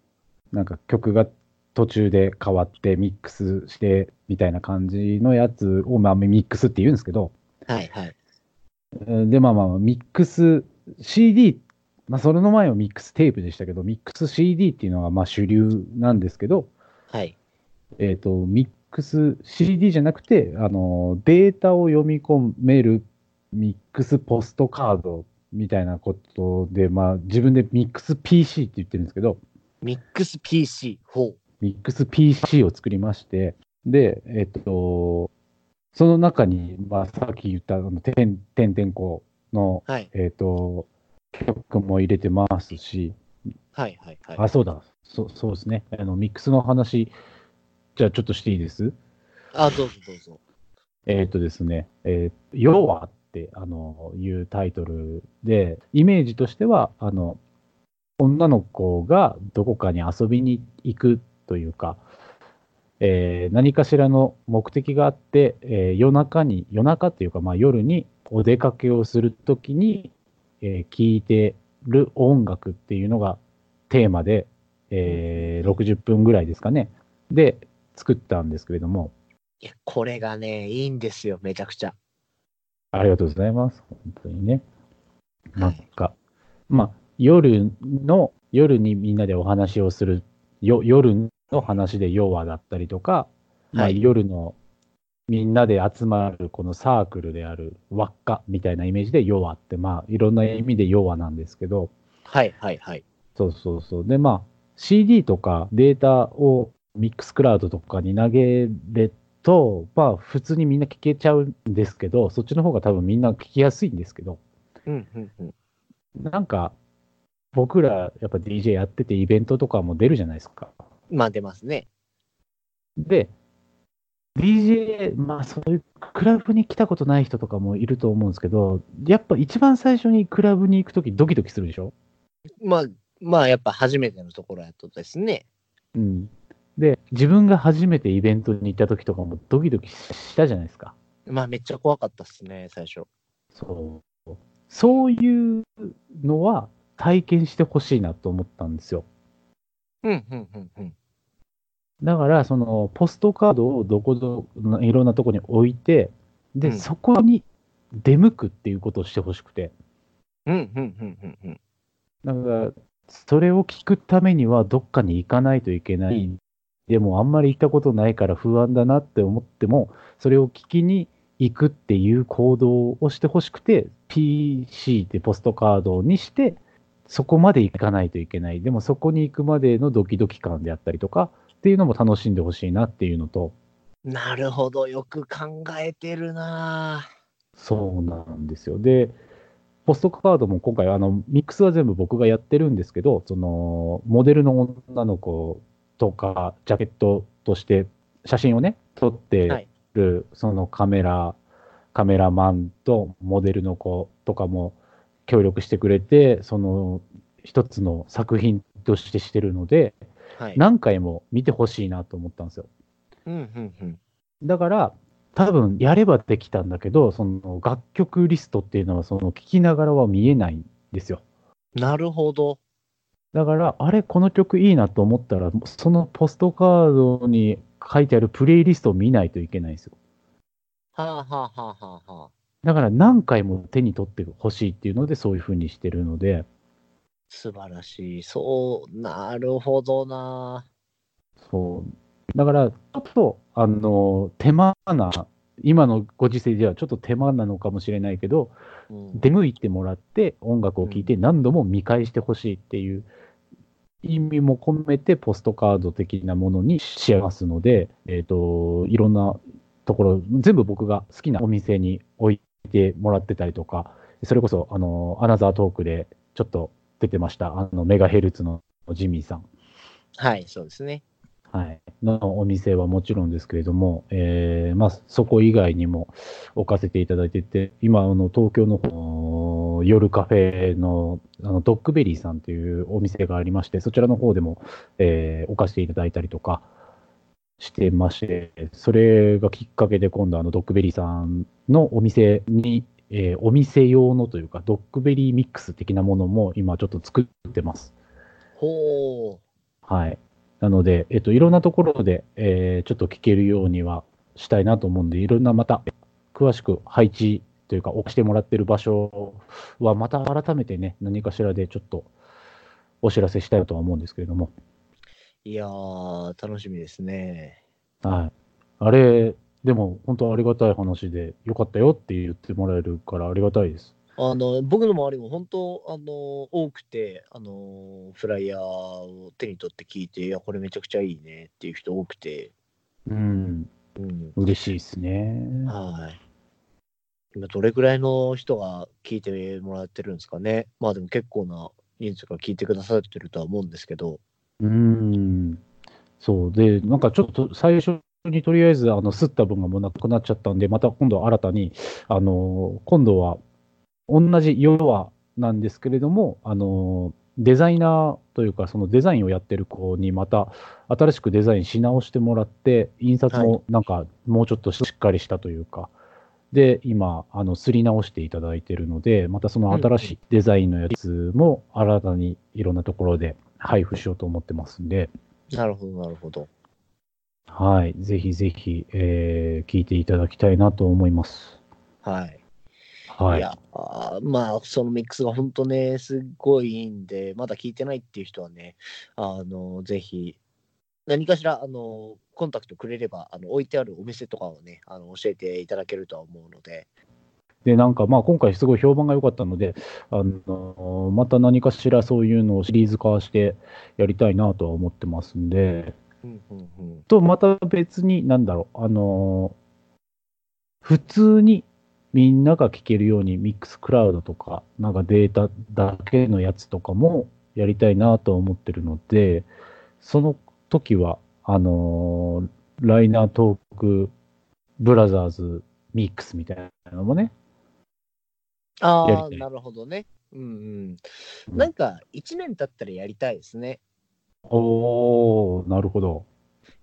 Speaker 2: なんか曲が途中で変わってミックスしてみたいな感じのやつを、まあ、ミックスって言うんですけど、
Speaker 1: はいはい。
Speaker 2: うんで、まあまあまあ、ミックス CD、まあ、それの前はミックステープでしたけど、ミックス CD っていうのがまあ主流なんですけど、
Speaker 1: はい。
Speaker 2: えっ、と、ミックス CD じゃなくて、あの、データを読み込めるミックスポストカードみたいなことで、まあ、自分でミックス PC って言ってるんですけど、
Speaker 1: ミックス PC4。ほう
Speaker 2: ミックス PC を作りまして、で、えっと、その中に、まあ、さっき言った、あの、てんてんてんこの、
Speaker 1: はい。
Speaker 2: えっと、曲も入れてますし、
Speaker 1: はいはいはい。
Speaker 2: あ、そうだ、そそうですね。あの、ミックスの話、じゃあちょっとしていいです
Speaker 1: あ、どうぞどうぞ。
Speaker 2: えーっとですね、えー要はってあのいうタイトルで、イメージとしては、あの女の子がどこかに遊びに行くというか、えー何かしらの目的があって、えー夜中に、夜中というか、まあ、夜にお出かけをするときに、えー聴いてる音楽っていうのがテーマで、えー60分ぐらいですかね、で作ったんですけれども、
Speaker 1: いや、これがね、いいんですよ、めちゃくちゃ。
Speaker 2: ありがとうございます。本当にね。な
Speaker 1: は
Speaker 2: ん
Speaker 1: い。
Speaker 2: か、まあ、夜の、夜にみんなでお話をする、よ夜の話で要はだったりとか、まあ、
Speaker 1: はい
Speaker 2: 夜のみんなで集まるこのサークルである輪っかみたいなイメージで要はって、まあ、いろんな意味で要はなんですけど、
Speaker 1: はいはいはい。
Speaker 2: そうそうそう。で、まあ、CD とかデータをミックスクラウドとかに投げると、まあ、普通にみんな聞けちゃうんですけど、そっちの方が多分みんな聞きやすいんですけど、
Speaker 1: うんうんうん。
Speaker 2: なんか、僕らやっぱ DJ やっててイベントとかも出るじゃないですか。
Speaker 1: まあ出ますね。
Speaker 2: で、DJ、まあそういうクラブに来たことない人とかもいると思うんですけど、やっぱ一番最初にクラブに行くときドキドキするでしょ
Speaker 1: まあ、まあやっぱ初めてのところやとですね。
Speaker 2: うん。で、自分が初めてイベントに行ったときとかもドキドキしたじゃないですか。
Speaker 1: まあめっちゃ怖かったっすね、最初。
Speaker 2: そう。そういうのは体験してほしいなと思ったんですよ。
Speaker 1: うん、うん、うん、うん。
Speaker 2: だから、その、ポストカードをどこどこ、いろんなとこに置いて、で、
Speaker 1: うん
Speaker 2: そこに出向くっていうことをしてほしくて。
Speaker 1: うん、うん、うん、うん、うん。
Speaker 2: だから、それを聞くためには、どっかに行かないといけない。でも、あんまり行ったことないから不安だなって思っても、それを聞きに行くっていう行動をしてほしくて、PC ってポストカードにして、そこまで行かないといけない。でも、そこに行くまでのドキドキ感であったりとか、っていうのも楽しんでほしいなっていうのと、
Speaker 1: なるほど、よく考えてるなぁ
Speaker 2: そうなんですよ。で、ポストカードも今回、あの、ミックスは全部僕がやってるんですけど、その、モデルの女の子とか、ジャケットとして写真をね、撮ってる、そのカメラ、カメラマンとモデルの子とかも協力してくれて、その、一つの作品としてしてるので、
Speaker 1: はい。
Speaker 2: 何回も見てほしいなと思ったんですよ。
Speaker 1: うん、うん、うん。
Speaker 2: だから、多分やればできたんだけど、その楽曲リストっていうのは、その聞きながらは見えないんですよ。
Speaker 1: なるほど。
Speaker 2: だから、あれ、この曲いいなと思ったら、そのポストカードに書いてあるプレイリストを見ないといけないんですよ。
Speaker 1: はあ、はあ、はあ、はあ、はあ。
Speaker 2: だから、何回も手に取ってほしいっていうので、そういうふうにしてるので、
Speaker 1: 素晴らしい。そう、なるほどなぁ
Speaker 2: そう。だから、ちょっと、あの、手間な、今のご時世ではちょっと手間なのかもしれないけど、
Speaker 1: うん
Speaker 2: 出向いてもらって音楽を聴いて何度も見返してほしいっていう意味も込めてポストカード的なものにしますので、えっといろんなところ全部僕が好きなお店に置いてもらってたりとかそれこそあのアナザートークでちょっと出てましたあのメガヘルツのジミーさん
Speaker 1: はい、そうですね。
Speaker 2: はい、のお店はもちろんですけれども、えーまあ、そこ以外にも置かせていただいてて、今、あの東京の方夜カフェのあのドッグベリーさんというお店がありまして、そちらの方でも、えー置かせていただいたりとかしてまして、それがきっかけで今度、あのドッグベリーさんのお店に、えーお店用のというか、ドッグベリーミックス的なものも今、ちょっと作ってます。
Speaker 1: ほう。
Speaker 2: はい。なので、えっと、いろんなところで、えーちょっと聞けるようにはしたいなと思うんで、いろんなまた、詳しく配置というか、置してもらってる場所は、また改めてね、何かしらでちょっとお知らせしたいとは思うんですけれども、
Speaker 1: いやー、楽しみですね。
Speaker 2: はい。あれ、でも、本当ありがたい話で、よかったよって言ってもらえるから、ありがたいです。
Speaker 1: あの僕の周りも本当あの多くてあのフライヤーを手に取って聞いていやこれめちゃくちゃいいねっていう人多くて、
Speaker 2: うん、
Speaker 1: うん、
Speaker 2: 嬉しいですね。
Speaker 1: はい今どれぐらいの人が聞いてもらってるんですかねまあでも結構な人数が聞いてくださってるとは思うんですけど
Speaker 2: うーんそうで、なんかちょっと最初にとりあえず、あの、吸った分がもうなくなっちゃったんで、また今度新たに、あの、今度は、同じ要はなんですけれども、あの、デザイナーというか、そのデザインをやってる子にまた新しくデザインし直してもらって、印刷
Speaker 1: は
Speaker 2: もなんかもうちょっとしっかりしたというか、で、今、あの、すり直していただいてるので、またその新しいデザインのやつも新たにいろんなところで配布しようと思ってますんで、
Speaker 1: なるほどなるほど
Speaker 2: はい、ぜひぜひ、えー聞いていただきたいなと思います。
Speaker 1: はい、、
Speaker 2: はいい。
Speaker 1: やあーまあそのミックスが本当ねすっごいいいんでまだ聞いてないっていう人はねあのぜひ何かしらあのコンタクトくれればあの置いてあるお店とかをねあの教えていただけるとは思うので
Speaker 2: で、なんか、まあ、今回すごい評判が良かったので、あのーまた何かしらそういうのをシリーズ化してやりたいなとは思ってますんで、
Speaker 1: うんうんうん
Speaker 2: と、また別に、なんだろう、あのー普通にみんなが聞けるように、ミックスクラウドとか、なんかデータだけのやつとかも、やりたいなと思ってるので、その時は、あのーライナートークブラザーズミックスみたいなのもね、や
Speaker 1: ああ、
Speaker 2: りたい
Speaker 1: なるほどね。うん
Speaker 2: う
Speaker 1: うんん。なんか、1年経ったらやりたいですね。
Speaker 2: おー、なるほど。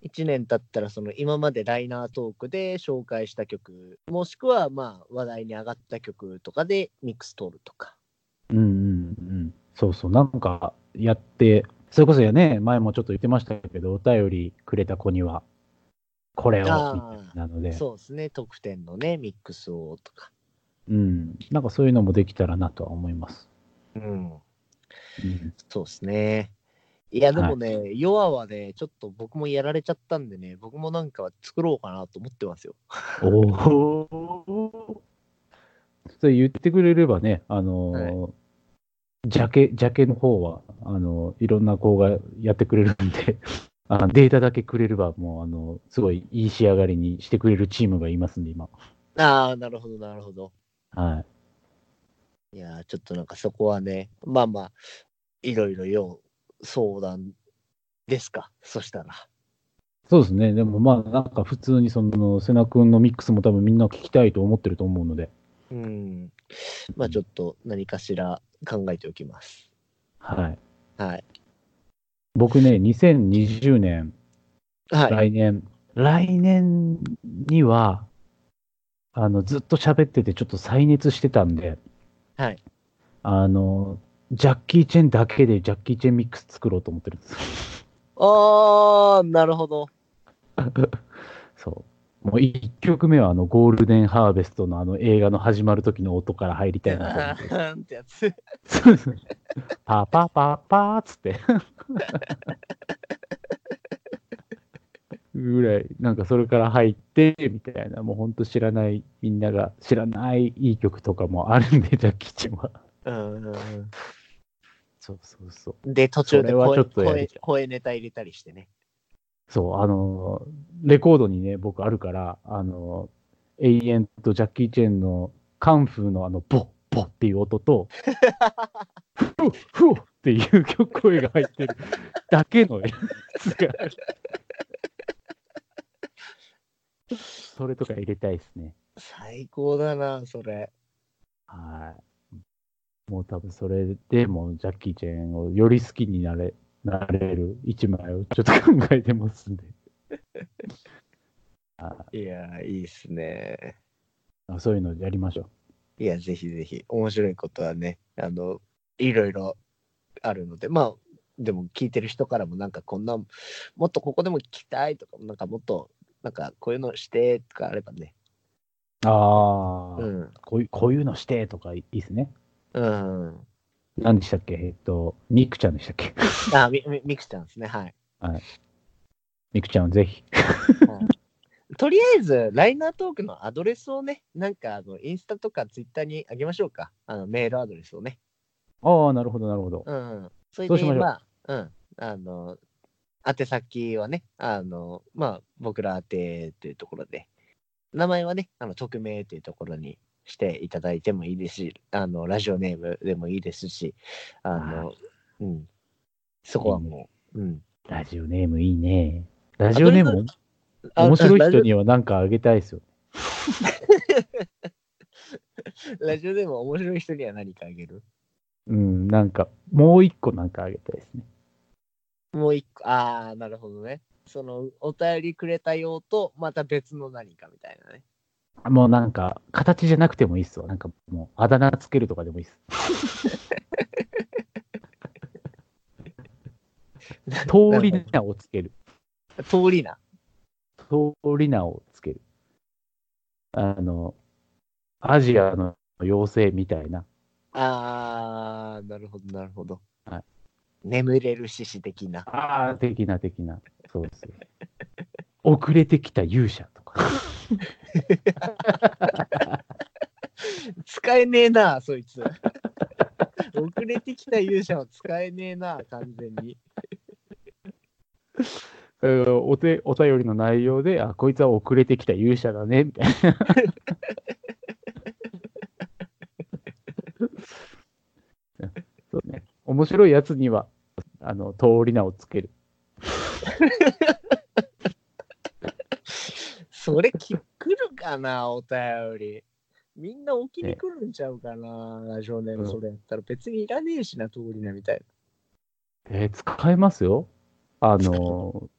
Speaker 1: 1年経ったら、その今までライナートークで紹介した曲、もしくは、まあ、話題に上がった曲とかでミックス取るとか。
Speaker 2: うんうんうん。そうそう、なんかやって、それこそやね、前もちょっと言ってましたけど、お便りくれた子には、これを、み
Speaker 1: あー
Speaker 2: たいなので、
Speaker 1: そうですね、特典のね、ミックスをとか。
Speaker 2: うん、なんかそういうのもできたらなとは思い
Speaker 1: [laughs]
Speaker 2: ます。
Speaker 1: うん。
Speaker 2: うん
Speaker 1: そうですね。いや、でもね、ヨアはね、ちょっと僕もやられちゃったんでね、僕もなんか作ろうかなと思ってますよ。
Speaker 2: おお。それ言ってくれればね、あのージャケ、ジャケの方は、あのーいろんな子がやってくれるんで、 [laughs] あのデータだけくれれば、もう、あのすごいいい仕上がりにしてくれるチームがいますんで、今。
Speaker 1: ああ、なるほど、なるほど。
Speaker 2: はい。
Speaker 1: いやー、ちょっとなんかそこはね、まあまあ、いろいろ要相談ですか、そしたら。
Speaker 2: そうですね。でも、まあ、なんか普通に、その、瀬名君のミックスも多分みんな聞きたいと思ってると思うので、
Speaker 1: うん。まあちょっと何かしら考えておきます。
Speaker 2: はい。
Speaker 1: はい。
Speaker 2: 僕ね、2020年、
Speaker 1: は
Speaker 2: 来
Speaker 1: い。 [laughs]
Speaker 2: 年、来年には、あの、ずっと喋ってて、ちょっと再熱してたんで、
Speaker 1: はい。
Speaker 2: あの、ジャッキー・チェンだけでジャッキー・チェンミックス作ろうと思ってるんです [laughs] よ。
Speaker 1: ああ、なるほど。
Speaker 2: そう。もう一曲目は、あの、ゴールデン・ハーベストのあの映画の始まる時の音から入りたいなと思
Speaker 1: あ
Speaker 2: って。
Speaker 1: ーんってやつ。
Speaker 2: そうですね [laughs] パーパーパーパーっつ [laughs] って。ぐらい、なんかそれから入って、みたいな、もうほんと知らない、みんなが知らないいい曲とかもあるんで、ジャッキーチェンは。
Speaker 1: うんうんうん
Speaker 2: そうそうそう。
Speaker 1: で、途中で
Speaker 2: それはちょ
Speaker 1: 声
Speaker 2: っとやり
Speaker 1: 声
Speaker 2: たい
Speaker 1: 声ネタ入れたりしてね。
Speaker 2: そう、あのーレコードにね、僕あるから、あのー永遠とジャッキーチェンのカンフーのあの、ボッボッっていう音と、フッフッっていう曲声が入ってるだけのやつがある。それとか入れたいですね。
Speaker 1: 最高だな、それ。
Speaker 2: はい。もう多分それでもうジャッキーチェンをより好きになれなれる一枚をちょっと考えてますんで。
Speaker 1: いやー、いいっすね。
Speaker 2: あそういうのやりましょう。
Speaker 1: いや、ぜひぜひ、面白いことはね、あの、いろいろあるので、まあ、でも聞いてる人からもなんかこんな、もっとここでも聞きたいとか、なんかもっと、なんかこういうのしてとかあればね。
Speaker 2: ああ、
Speaker 1: うん。
Speaker 2: こういう、こういうのしてとかいいですね。
Speaker 1: うん。
Speaker 2: 何でしたっけえっと、ミクちゃんでしたっけ [laughs]
Speaker 1: あ、み、み、みくちゃんですね。はい。
Speaker 2: ミクちゃんをぜひ。
Speaker 1: とりあえず、ライナートークのアドレスをね、なんかあの、インスタとかツイッターにあげましょうか。あの、メールアドレスをね。
Speaker 2: ああ、なるほど、なるほど。
Speaker 1: うん。それ
Speaker 2: そうしましょ
Speaker 1: で、
Speaker 2: う
Speaker 1: まあ、うん。あの、宛先はね、あの、まあ、僕ら宛てというところで、名前はね、あの、匿名というところにしていただいてもいいですし、あの、ラジオネームでもいいですし、あの、うん。そこはもう、うん。
Speaker 2: ラジオネームいいね。ラジオネーム
Speaker 1: あ
Speaker 2: 面白い
Speaker 1: ラジ
Speaker 2: 人
Speaker 1: オ
Speaker 2: には何かあげたいですよ。
Speaker 1: ラジオネーム面白い人には何かあげる
Speaker 2: うん、なんか、もう一個なんかあげたいですね。
Speaker 1: もう一個、ああ、なるほどね。その、お便りくれた用と、また別の何かみたいなね。
Speaker 2: もうなんか、形じゃなくてもいいっすわ。なんかもう、あだ名つけるとかでもいいっす。
Speaker 1: [laughs]
Speaker 2: 通り名をつける。
Speaker 1: 通りな。
Speaker 2: 通り名をつける。あの、アジアの妖精みたいな。
Speaker 1: あー、なるほど、なるほど。
Speaker 2: はい
Speaker 1: 眠れる獅子的な。
Speaker 2: ああ、的な的な。そうです [laughs] よ。遅れてきた勇者とか。
Speaker 1: 使えねえな、そい
Speaker 2: [laughs]
Speaker 1: つ。遅れてきた勇者は使えねえな、完全に。
Speaker 2: えーお手お便りの内容で、あ、こいつは遅れてきた勇者だね、み [laughs] たいな。そうね。お面白いやつには、あの、通り名をつける。
Speaker 1: それき、来るかな、お便り。みんな起きに来るんちゃうかな、ラジオネー
Speaker 2: うん
Speaker 1: ムそれやったら別にいらねえしな、通りなみたい
Speaker 2: えー使えますよ。あの、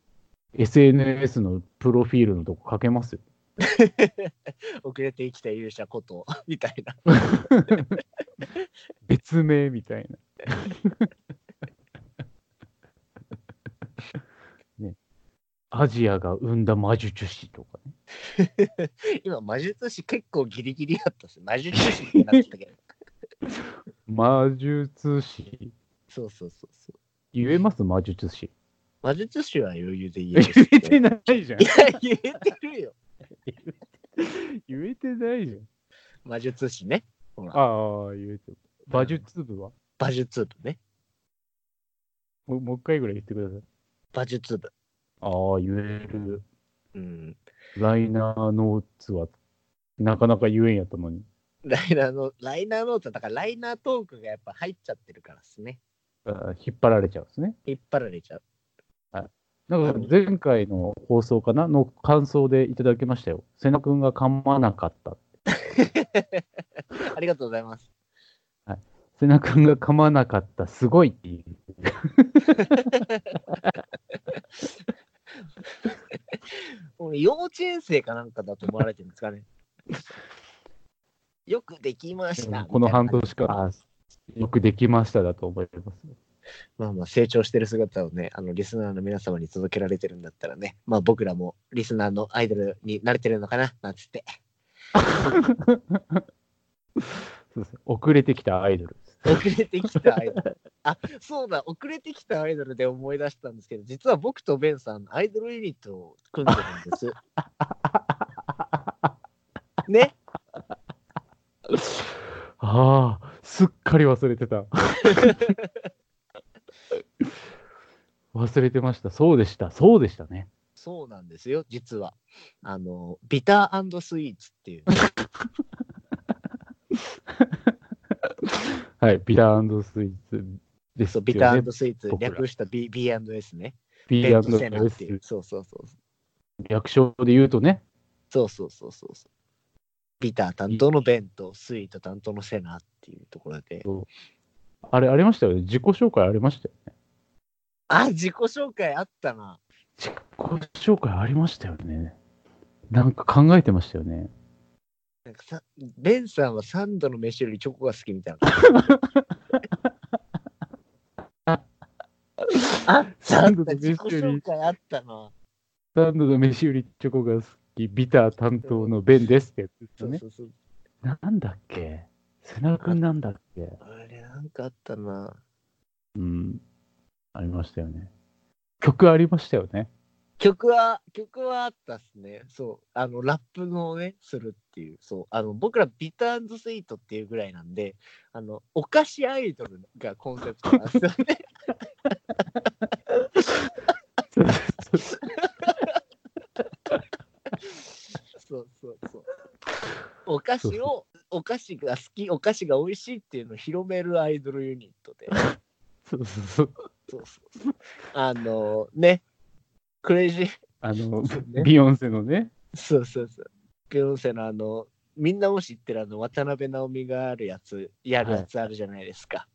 Speaker 2: SNS のプロフィールのとこ書けますよ。
Speaker 1: な。遅れて生きた勇者こと、 [laughs] みたいな。
Speaker 2: 別名みたい [laughs] な。ね、アジアが生んだ魔術師とかね。
Speaker 1: 今、魔術師結構ギリギリやったっす。魔術師ってなっ
Speaker 2: [laughs]
Speaker 1: てたけど。
Speaker 2: 魔術師。
Speaker 1: そうそうそうそう。
Speaker 2: 言えます魔術師。
Speaker 1: 魔術師は余裕で
Speaker 2: [laughs]
Speaker 1: 言え
Speaker 2: 言
Speaker 1: るっすね
Speaker 2: えてないじゃん [laughs]
Speaker 1: い。や、言えてるよ。
Speaker 2: 言えてないじゃん。
Speaker 1: 魔術師ね。
Speaker 2: ああ、言えてる。馬術部は
Speaker 1: 馬術部ね。
Speaker 2: もうもう一回ぐらい言ってください。
Speaker 1: 馬術部。
Speaker 2: ああ、言える。
Speaker 1: うん。
Speaker 2: ライナーノーツはなかなか言えんやったのに。
Speaker 1: ライナーの、ライナーノート、だからライナートークがやっぱ入っちゃってるからですね。
Speaker 2: あー引っ張られちゃうんですね。
Speaker 1: 引っ張られちゃう。
Speaker 2: なんか前回の放送かなの感想でいただきましたよ。瀬名くんが噛まなかった。
Speaker 1: ありがとうございます。
Speaker 2: 瀬名くんが噛まなかった。すごいっていう。
Speaker 1: 俺幼稚園生かなんかだと思われてるんですかね。 [laughs] よくできました。
Speaker 2: この半
Speaker 1: みたい
Speaker 2: 年間、あーよくできましただと思います。
Speaker 1: なまあまあ成長してる姿をね、あのリスナーの皆様に届けられてるんだったらね、まあ僕らもリスナーのアイドルになれてるのかな、なんつって。
Speaker 2: そうですね遅れてきたアイドルです。
Speaker 1: 遅れてきたアイドル。あそうだ、遅れてきたアイドルで思い出したんですけど、実は僕とベンさん、アイドルユニットを組んでるんです。ね、
Speaker 2: ああ、すっかり忘れて [laughs] た。忘れてました。そうでした。そうでしたね。
Speaker 1: そうなんですよ、実は。あの、ビタースイーツっていう、
Speaker 2: はい。ビタースイーツです
Speaker 1: そ
Speaker 2: よ
Speaker 1: う
Speaker 2: ね。
Speaker 1: ビタースイーツ、
Speaker 2: 僕ら
Speaker 1: 略した B- B&S ね。
Speaker 2: ビ
Speaker 1: ベ
Speaker 2: タ
Speaker 1: ンとセナ
Speaker 2: ー
Speaker 1: っ
Speaker 2: ス
Speaker 1: ていう。そうそうそう。
Speaker 2: 略称で言うとね、
Speaker 1: そうそうそうそうそう。ビター担当のベンとスイート担当のセナっていうところで。
Speaker 2: あれありましたよね。自己紹介ありましたよね。
Speaker 1: あ、自己紹介あったな。
Speaker 2: 自己紹介ありましたよね。なんか考えてましたよね。
Speaker 1: なんかさベンさんはサンドの飯よりチョコが好きみたいな。
Speaker 2: [laughs]
Speaker 1: あった
Speaker 2: サ
Speaker 1: あ
Speaker 2: ン
Speaker 1: っ
Speaker 2: ドの
Speaker 1: た
Speaker 2: 飯より
Speaker 1: 自己紹介あったな。
Speaker 2: サンドの飯よりチョコが好き、ビター担当のベンですってやつです
Speaker 1: そ
Speaker 2: よ
Speaker 1: う
Speaker 2: ね。
Speaker 1: そうそう。
Speaker 2: なんだっけ瀬名くんなんだっけ
Speaker 1: あれなんかあったな。
Speaker 2: うん。ありましたよね。曲ありましたよ
Speaker 1: [laughs]
Speaker 2: ね。
Speaker 1: 曲は、曲はあったっすね。そう。あの、ラップのね、するっていう。そう。あの、僕らビタースイートっていうぐらいなんで、あの、お菓子アイドルがコンセプトなんですよね。そうそうそう。お菓子を、お菓子が好き、お菓子が美味しいっていうのを広めるアイドルユニットで。
Speaker 2: そうそうそう。
Speaker 1: そうそうそう。あのね、クレイジー、
Speaker 2: あの、
Speaker 1: ね
Speaker 2: ビヨンセのね。
Speaker 1: そうそうそう。ビヨンセのあの、みんなも知ってるあの、渡辺直美があるやつ、やるやつあるじゃないですか。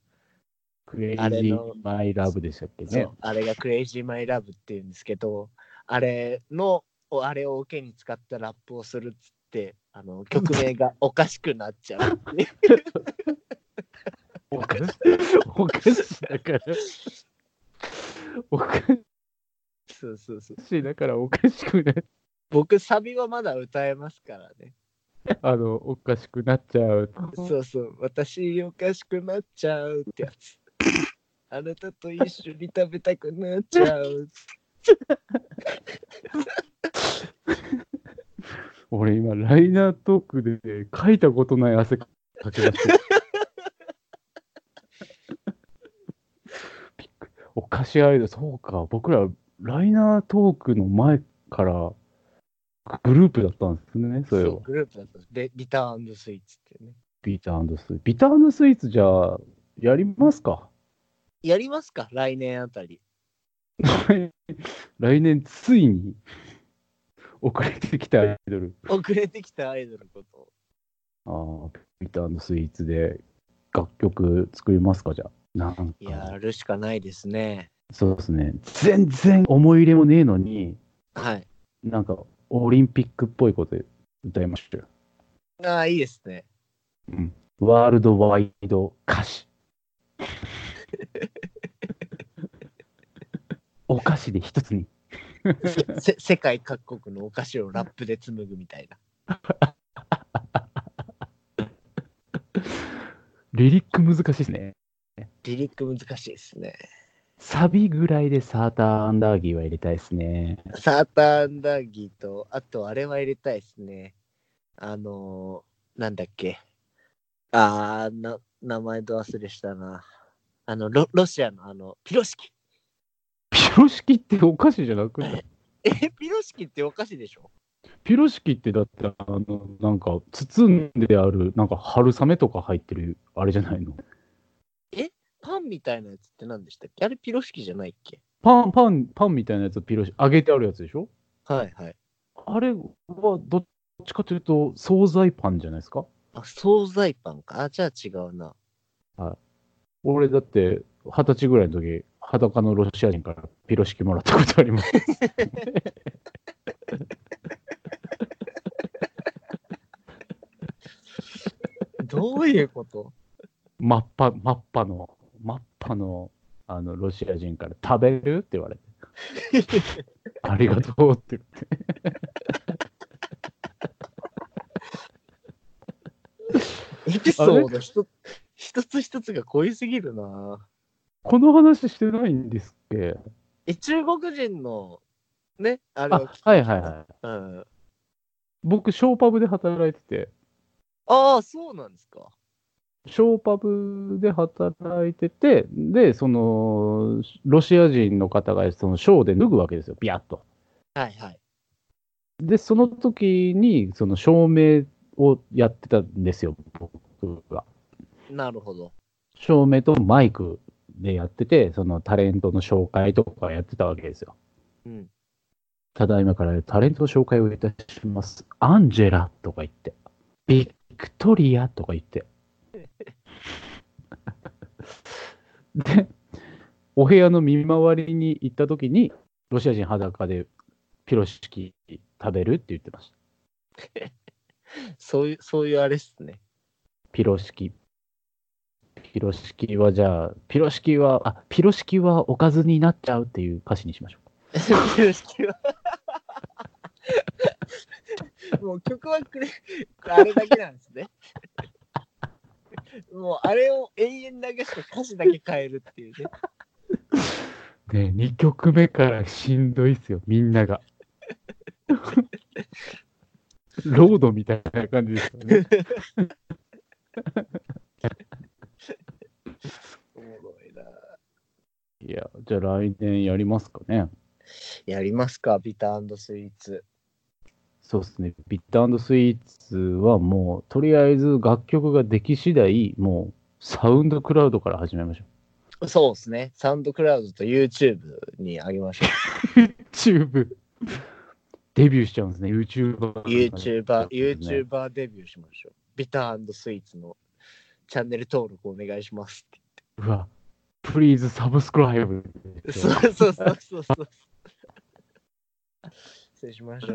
Speaker 2: クレイジ
Speaker 1: あれ
Speaker 2: ー
Speaker 1: の
Speaker 2: マイラブでしたっけね
Speaker 1: そう。あれがクレイジーマイラブっていうんですけど、あれの、おあれを受けに使ったラップをするっつって、あの曲名がおかしくなっちゃうっていう。
Speaker 2: お菓子、 [laughs] お菓子だから。お菓
Speaker 1: そうそうそう。
Speaker 2: 子だからおかしくなっ
Speaker 1: 僕、サビはまだ歌えますからね。
Speaker 2: あの、おかしくなっちゃう。
Speaker 1: そうそう。私、おかしくなっちゃうってやつ。あなたと一緒に食べたくなっちゃう。
Speaker 2: 俺今、ライナートークで書いたことない汗かきました。びっくりお菓子アイドル、そうか、僕ら、ライナートークの前からグループだったんですね、それ
Speaker 1: そう
Speaker 2: は。
Speaker 1: グループだったんです。で、リターンスイーツっていうね。
Speaker 2: ビタースイーツ。ビタースイーツじゃあ、やりますか。
Speaker 1: やりますか来年あたり。
Speaker 2: 来年ついに遅れてきたアイドル、
Speaker 1: 遅れてきたアイドルのこと。
Speaker 2: あーピータースイーツで楽曲作りますかじゃあ。なんか
Speaker 1: やるしかないですね。
Speaker 2: そうですね。全然思い入れもねえのに、
Speaker 1: はい。
Speaker 2: なんかオリンピックっぽいこと歌いましたよ。
Speaker 1: ああ、いいですね。
Speaker 2: ワールドワイド歌 [laughs] 詞。お菓子で一つに。
Speaker 1: せ世界各国のお菓子をラップで紡ぐみたいな。
Speaker 2: リリック難しいですね。
Speaker 1: リリック難しいですね。
Speaker 2: サビぐらいでサーターアンダーギーは入れたいですね。 [laughs]
Speaker 1: サーターアンダーギーと、あとあれは入れたいですね。あのー、なんだっけ。あーな、名前と忘れしたな。あの、ロロシアのあの、ピロシキ。
Speaker 2: ピロシキってお菓子じゃなくない
Speaker 1: え、ピロシキってお菓子でしょ
Speaker 2: ピロシキってだって、あの、なんか包んである、なんか春雨とか入ってる、あれじゃないの
Speaker 1: パンみたいなやつって何でしたっけあれピロシキじゃないっけ
Speaker 2: パン、パン、パンみたいなやつをピロシ、揚げてあるやつでしょ
Speaker 1: はいはい。
Speaker 2: あれはどっちかというと、惣菜パンじゃないですか
Speaker 1: あ、惣菜パンか。あ、じゃあ違うな。
Speaker 2: 俺だって、二十歳ぐらいの時、裸のロシア人からピロシキもらったことあります。 [laughs]
Speaker 1: どういうこと
Speaker 2: マッパ、マッパの、マッパの、あの、ロシア人から食べるって言わ
Speaker 1: [laughs]
Speaker 2: れて。ありがとうって言って。
Speaker 1: [laughs] エピソード一つ一つ一つが濃いすぎるな。
Speaker 2: この話してないんですっけ
Speaker 1: え、中国人の、ね、あれ
Speaker 2: あ、
Speaker 1: は
Speaker 2: はいはいはい。
Speaker 1: うん。
Speaker 2: 僕、ショーパブで働いてて、
Speaker 1: ああ、そうなんですか。
Speaker 2: ショーパブで働いてて、で、その、ロシア人の方が、その、ショーで脱ぐわけですよ、ビャッと。
Speaker 1: はいはい。
Speaker 2: で、その時に、その、照明をやってたんですよ、僕が。
Speaker 1: なるほど。
Speaker 2: 照明とマイクでやってて、その、タレントの紹介とかやってたわけですよ。
Speaker 1: うん。
Speaker 2: ただいまからタレントの紹介をいたします。アンジェラとか言って、ビクトリアとか言って。 [laughs] で、お部屋の見回りに行った時に、ロシア人裸でピロシキ食べるって言ってました。
Speaker 1: そういう、そういうあれっすね。
Speaker 2: ピロシキ。ピロシキはじゃあ、ピロシキは、あ、ピロシキはおかずになっちゃうっていう歌詞にしましょう。
Speaker 1: 常識は。もう曲はくれ、あれだけなんです [laughs] ね。もうあれを永遠流して歌詞だけ変えるっていうね。
Speaker 2: ね2曲目からしんどいっすよ、みんな [laughs] が。ロードみたいな感じですよね。
Speaker 1: おもろいな。
Speaker 2: いや、じゃあ来年やりますかね。
Speaker 1: やりますか、ビタースイーツ。
Speaker 2: そうですね。ビットスイーツはもう、とりあえず楽曲ができ次第、もう、サウンドクラウドから始めましょ
Speaker 1: そうですね。サウンドクラウドと YouTube にあげましょ
Speaker 2: う。YouTube。デビューしちゃうんですね、YouTuber。
Speaker 1: [laughs] う。YouTuber、YouTuber デビューしましょう。ビタースイーツのチャンネル登録お願いしますって。
Speaker 2: うわ、プリーズサブスクライブ。
Speaker 1: そうそうそうそうそう。失礼しました。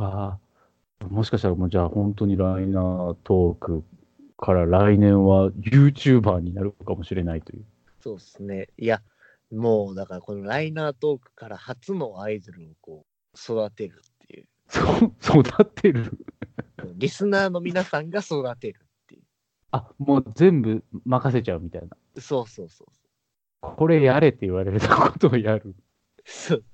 Speaker 2: わあ、もしかしたらもうじゃあ本当にライナートークから来年は YouTuber になるかもしれないという。
Speaker 1: そうですね。いや、もうだからこのライナートークから初のアイドルをこう育てるっていう。
Speaker 2: そう、 [laughs] 育ってる。
Speaker 1: リスナーの皆さんが育てるってい
Speaker 2: あ、もう全部任せちゃうみたいな。
Speaker 1: う。そうそうそう
Speaker 2: これやれって言われたことをやる。
Speaker 1: そう。そう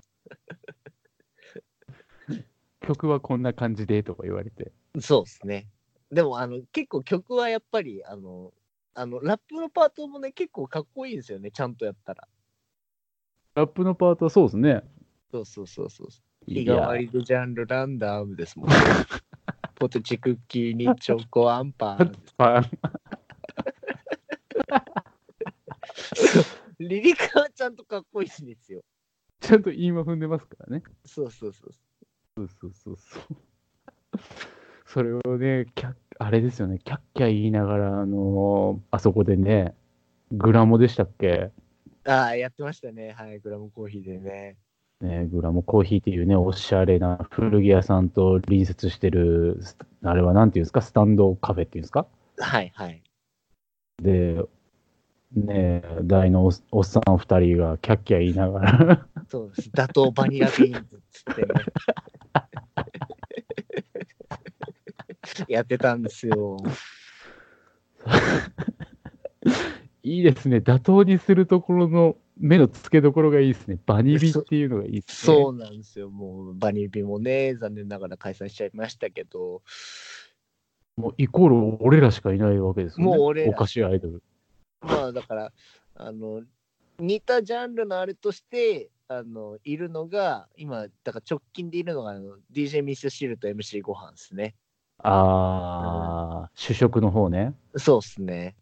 Speaker 2: 曲はこんな感じでとか言われて。
Speaker 1: そうですね。でもあの結構曲はやっぱりあのあのラップのパートもね結構かっこいいんですよねちゃんとやったら。
Speaker 2: ラップのパートはそうですね。
Speaker 1: そうそうそうそう。日
Speaker 2: い
Speaker 1: 替
Speaker 2: や [laughs]
Speaker 1: わ、りでジャンルランダムですもん。ポテチクッキーにチョコアンパン。
Speaker 2: あ
Speaker 1: リリカはちゃんとかっこいいんですよ。
Speaker 2: ちゃんと韻は踏んでますからね。
Speaker 1: そうそうそう。
Speaker 2: そうそうそうそう。 [laughs] それをね、キャッあれですよね、キャッキャ言いながら、あのーあそこでね、グラモでしたっけ、
Speaker 1: ああ、やってましたね。はい、グラムコーヒーでね。
Speaker 2: ね、グラモコーヒーっていうね、おしゃれな古着屋さんと隣接してる、あれはなんていうんですか、スタンドカフェっていうんですか
Speaker 1: [laughs] はいはい。
Speaker 2: で、ねえ、大のおっおっさん2人がキャッキャ言いながら [laughs]
Speaker 1: そうです。打倒バニラビーンズっつってね。 [laughs] やってたんですよ。
Speaker 2: いいですね妥当にするところの目の付けどころがいいですねバニビっていうのがいいですね
Speaker 1: そうなんですよ。もうバニビもね、残念ながら解散しちゃいましたけど、
Speaker 2: もうイコール俺らしかいないわけですよね
Speaker 1: もう俺ら
Speaker 2: おかしいアイドル
Speaker 1: まあだから、あの、似たジャンルのあれとして、あの、いるのが、今、だから直近でいるのが、あの DJ ミスシルと MC ご飯ですね。
Speaker 2: ああ、主食の方ね
Speaker 1: そうっすね。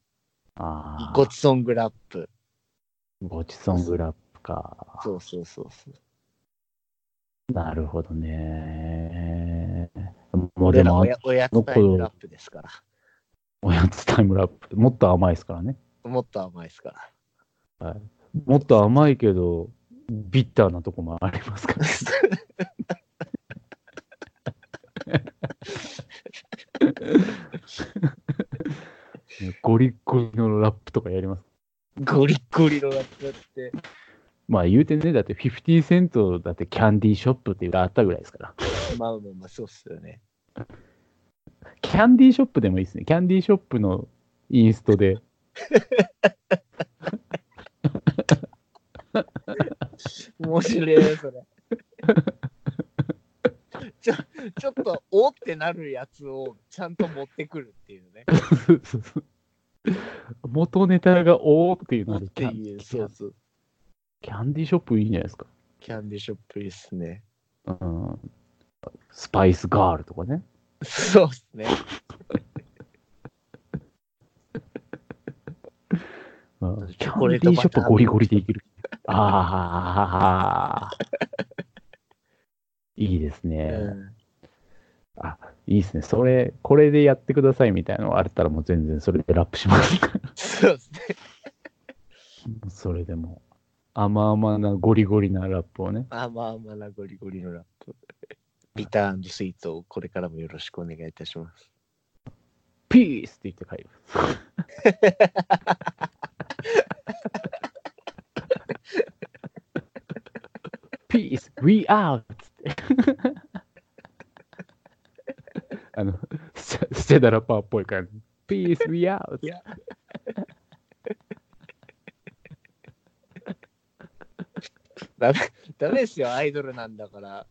Speaker 2: ああ
Speaker 1: ごちソングラップ。
Speaker 2: ごちそうグラップか
Speaker 1: そうそうそうそう。
Speaker 2: なるほどねもう
Speaker 1: 俺
Speaker 2: で
Speaker 1: ら
Speaker 2: も
Speaker 1: おやおやつタイムラップですから。
Speaker 2: おやつタイムラップもっと甘いですからね
Speaker 1: もっと甘いですから。
Speaker 2: もっと甘いけどビッターなとこもありますからねゴリッゴリのラップとかやります
Speaker 1: ゴリッゴリのラップだって。
Speaker 2: まあ言うてね、だって50セントだってキャンディーショップっていうのがあったぐらいですから。
Speaker 1: まあまあまあ、そうっすよね。
Speaker 2: キャンディーショップでもいいですね。キャンディーショップのインスト
Speaker 1: [laughs]
Speaker 2: で。
Speaker 1: 面白いね、それ。 [laughs] ちょちょっと、おってなるやつをちゃんと持ってくるっていうね。
Speaker 2: 元ネタがおーっていうので
Speaker 1: って
Speaker 2: キャン
Speaker 1: いう、そうそう。
Speaker 2: キャンディーショップいいんじゃないですか。
Speaker 1: キャンディショップいいっすね。
Speaker 2: うん、スパイスガールとかね。
Speaker 1: そうっすね。
Speaker 2: うんキ
Speaker 1: チョ
Speaker 2: ャ
Speaker 1: コ
Speaker 2: ン
Speaker 1: レ
Speaker 2: デ
Speaker 1: ー
Speaker 2: ィ
Speaker 1: ト
Speaker 2: ー
Speaker 1: バタ
Speaker 2: シ
Speaker 1: ー
Speaker 2: ョップゴリゴリでいける。ああ。いいですね。
Speaker 1: うん
Speaker 2: いいですね。それ、これでやってくださいみたいなのがあったらもう全然それでラップし
Speaker 1: [laughs]
Speaker 2: ます。
Speaker 1: そうっすね。
Speaker 2: それでも、甘々なゴリゴリなラップをね。
Speaker 1: あまあまあなゴリゴリのラップ。ビタースイートをこれからもよろしくお願いいたします。
Speaker 2: ピースって言って帰る。ピース、We are! っつって。あの、スチャスチャダラパーっぽい感じ。ピース、We are! っつって
Speaker 1: ダメダメですよ、アイドルなんだから。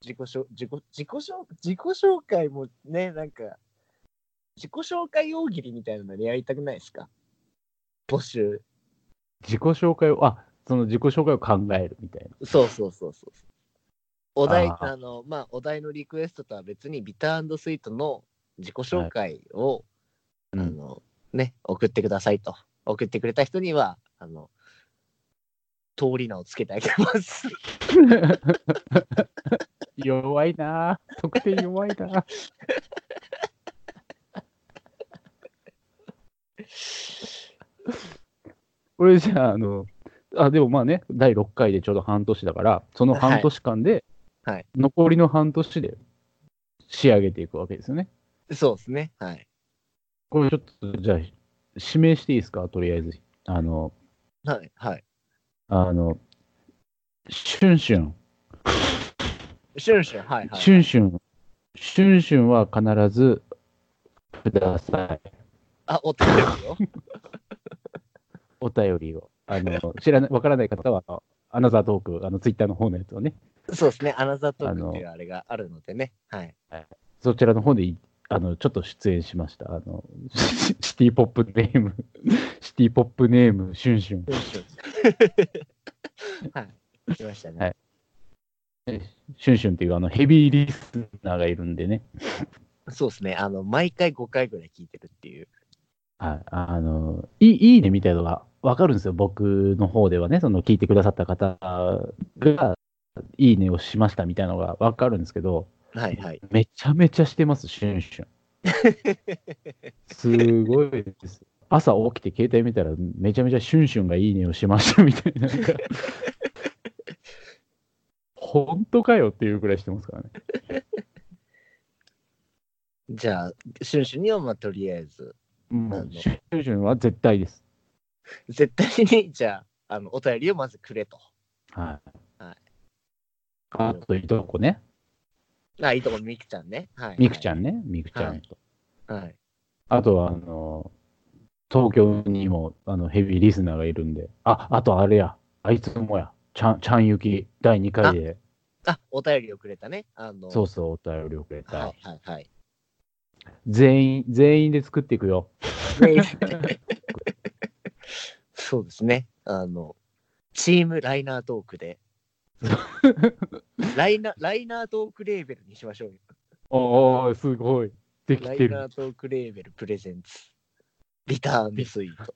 Speaker 1: 自己紹自己自己紹自己紹介もね、なんか、自己紹介大喜利みたいなのやりたくないですか募集。
Speaker 2: 自己紹介を、あその自己紹介を考えるみたいな。
Speaker 1: そうそうそうそう。お題、
Speaker 2: あ
Speaker 1: あ
Speaker 2: ー
Speaker 1: の、まあ、お題のリクエストとは別に、ビタースイートの自己紹介を、
Speaker 2: うん
Speaker 1: あの、ね、送ってくださいと。送ってくれた人には、あの、通り名をつけてあげ [laughs] ます。
Speaker 2: 弱いなあ得点弱いなあ [laughs] 俺じゃああのあでもまあね第6回でちょうど半年だからその半年間で、
Speaker 1: はいはい
Speaker 2: 残りの半年で仕上げていくわけですよね
Speaker 1: そうですね。はい。
Speaker 2: これちょっとじゃあ指名していいですかとりあえずあの
Speaker 1: はい。はい。
Speaker 2: あのシュンシュン
Speaker 1: シュンシュン、はい、はい。
Speaker 2: シュンシュン、シュンシュンは必ずください。
Speaker 1: あ、お手伝いよ。
Speaker 2: お便りを。あ
Speaker 1: [laughs]
Speaker 2: の、知らない、わからない方は、あのアナザートーク、あの、ツイッターの方のやつをね、
Speaker 1: [laughs] そうですね。アナザートークっていうあれがあるのでね。はい。
Speaker 2: そちらの方でい、あの、ちょっと出演しました。あの、 [laughs] シシティポップネーム、 [laughs] シティポップネーム、シュンシュン。
Speaker 1: [laughs] はい。来ましたね。
Speaker 2: はいシュンシュンっていう、あの、ヘビーリスナーがいるんでね、
Speaker 1: そうですね。あの、毎回5回ぐらい聞いてるっていう。
Speaker 2: はい、あの、いい、いいねみたいなのがわかるんですよ、僕の方ではね、その聞いてくださった方が、いいねをしましたみたいなのがわかるんですけど、
Speaker 1: はいはい。
Speaker 2: めちゃめちゃしてます、シュンシュン。すごいです。朝起きて携帯見たら、めちゃめちゃシュンシュンがいいねをしましたみたいな。なんか本当かよっていうくらいしてますからね。
Speaker 1: じゃあ、シュンシュンにはまあとりあえず、
Speaker 2: も
Speaker 1: あ
Speaker 2: う
Speaker 1: の
Speaker 2: シュンシュンは絶対です。
Speaker 1: 絶対に、じゃあ、あのお便りをまずくれと。
Speaker 2: はい。
Speaker 1: はい
Speaker 2: あと、いとこね。
Speaker 1: あ、いいとこ、みくちゃんね。はい、
Speaker 2: みくちゃんね。みくちゃんと。
Speaker 1: ん。はい。
Speaker 2: あとは、あの、東京にもあのヘビーリスナーがいるんで、あ、あとあれや、あいつもや、ちゃん、ちゃんゆき、第2回で、
Speaker 1: あ、お便りをくれたね。あの、
Speaker 2: そうそう、お便りをくれた、
Speaker 1: はいはいはい。
Speaker 2: 全員、全員で作っていくよ。
Speaker 1: そうですね。あの、チームライナートークで。ライナー、ライナートークレーベルにしましょうよ。
Speaker 2: おー、すごい。でき
Speaker 1: ラ
Speaker 2: て
Speaker 1: イナ
Speaker 2: る。
Speaker 1: ートークレーベルプレゼンツ。リターンスイート。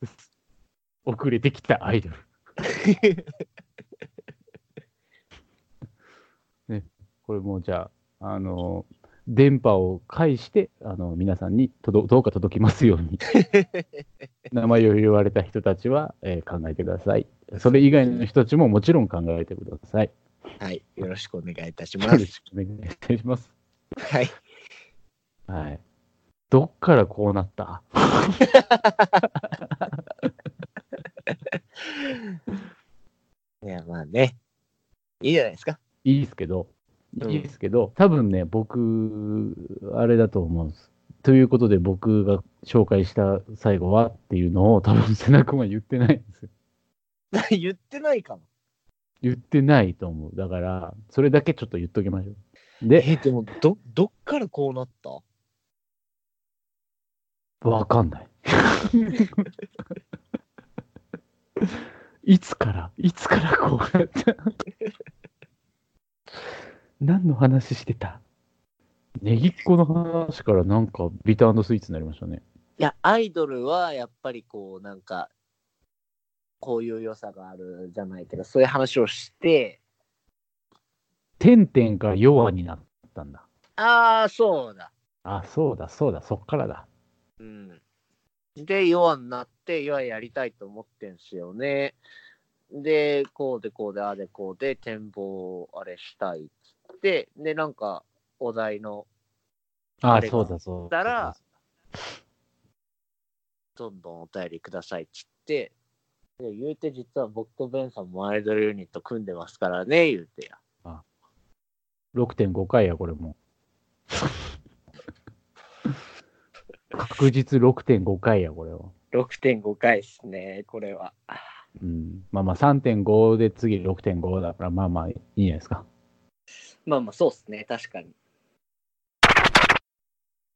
Speaker 2: 遅れてきたアイド [laughs] ル。ね、これもうじゃあ、あの、電波を介して、あの、皆さんに届どうか届きますよう
Speaker 1: [laughs]
Speaker 2: に。名前を言われた人たちは、えー考えてください。それ以外の人たちももちろん考えてください。
Speaker 1: はい。よろしくお願いいたし
Speaker 2: よ
Speaker 1: ま
Speaker 2: ろ
Speaker 1: す。
Speaker 2: しくお願いいたします。
Speaker 1: はい。
Speaker 2: はい。どっからこうなった
Speaker 1: いや、まあね。いいじゃないですか。 [laughs]
Speaker 2: いいですけど、
Speaker 1: うん
Speaker 2: いいですけど、多分ね、僕、あれだと思うんです。ということで、僕が紹介した最後はっていうのを、多分瀬名君は言ってないんですよ。
Speaker 1: 言ってないかも。
Speaker 2: 言ってないと思う。だから、それだけちょっと言っときましょう。で、
Speaker 1: え、でも、ど、どっからこうなった
Speaker 2: わかんない。 [laughs] いつから、いつからこうなった何の話して
Speaker 1: [laughs]
Speaker 2: たネギっ子の話からなんかビタースイーツになりましたね。
Speaker 1: いや、アイドルはやっぱりこう、なんか、こういう良さがあるじゃないけど、そういう話をして、
Speaker 2: てんてんから弱になったんだ。
Speaker 1: ああ、そうだ。
Speaker 2: あ、そうだ、そうだ、そっからだ。
Speaker 1: うん。で、弱になって、弱やりたいと思ってんすよね。で、こうでこうで、ああでこうで、展望をあれしたいっつって、で、なんか、お題の、
Speaker 2: あ
Speaker 1: あ、れが
Speaker 2: そうだ、そう
Speaker 1: だら、どんどんお便りくださいっつって、で言うて実は僕とベンさんもアイドルユニット組んでますからね、言うてや。
Speaker 2: 6.5回や、これも。 [laughs] 確実6.5回や、これは。
Speaker 1: 6.5回っすね、これは。
Speaker 2: うん。まあまあ、3.5で次6.5だから、まあまあ、いいんじゃないですか。
Speaker 1: まあまあ、そうっすね、確かに。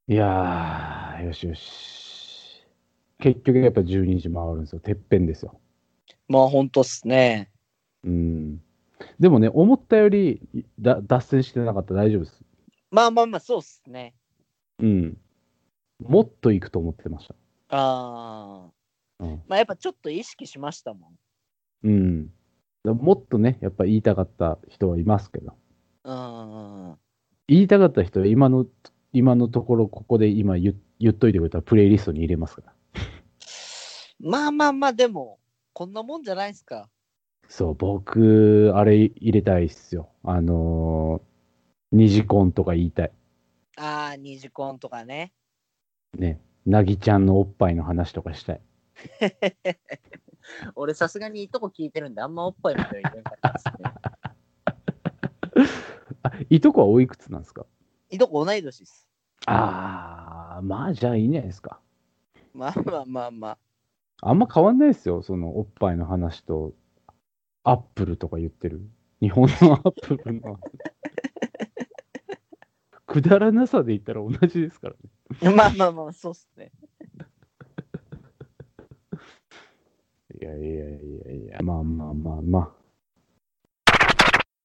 Speaker 2: いやー、よしよし。結局やっぱ12時回るんですよ。てっぺんですよ。
Speaker 3: まあ本当っすね。
Speaker 2: うん。でもね、思ったよりだ脱線してなかったら大丈夫です。
Speaker 3: まあまあまあそうっすね。
Speaker 2: うん。もっと行くと思ってました。
Speaker 3: ああ、
Speaker 2: うん
Speaker 3: まあやっぱちょっと意識しましたもん。
Speaker 2: うん。だからもっとね、やっぱ言いたかった人はいますけど、
Speaker 3: うん。
Speaker 2: 言いたかった人は今の、今のところ、ここで今言言っといてくれたらプレイリストに入れますから。
Speaker 3: まあまあまあでも、こんなもんじゃないですか。
Speaker 2: そう、僕、あれ入れたいっすよ。あのー、二次コンとか言いたい。
Speaker 3: ああ、二次コンとかね。
Speaker 2: ね。なぎちゃんのおっぱいの話とかしたい。
Speaker 3: 俺さすがにいいとこ聞いてるんで、あんまおっぱいまでは言えなかったですね。
Speaker 2: あ、いとこはおいくつなんですか
Speaker 3: いいとこ同い年です。
Speaker 2: あー、まあじゃあいいんじゃないですか。
Speaker 3: まあまあまあまあ。
Speaker 2: あんま変わんないですよ、そのおっぱいの話と、アップルとか言ってる。日本のアップルの。くだらなさで言ったら同じですからね。
Speaker 3: まあまあまあ、そうっすね。
Speaker 2: いやいやいやいや、まあまあまあまあ。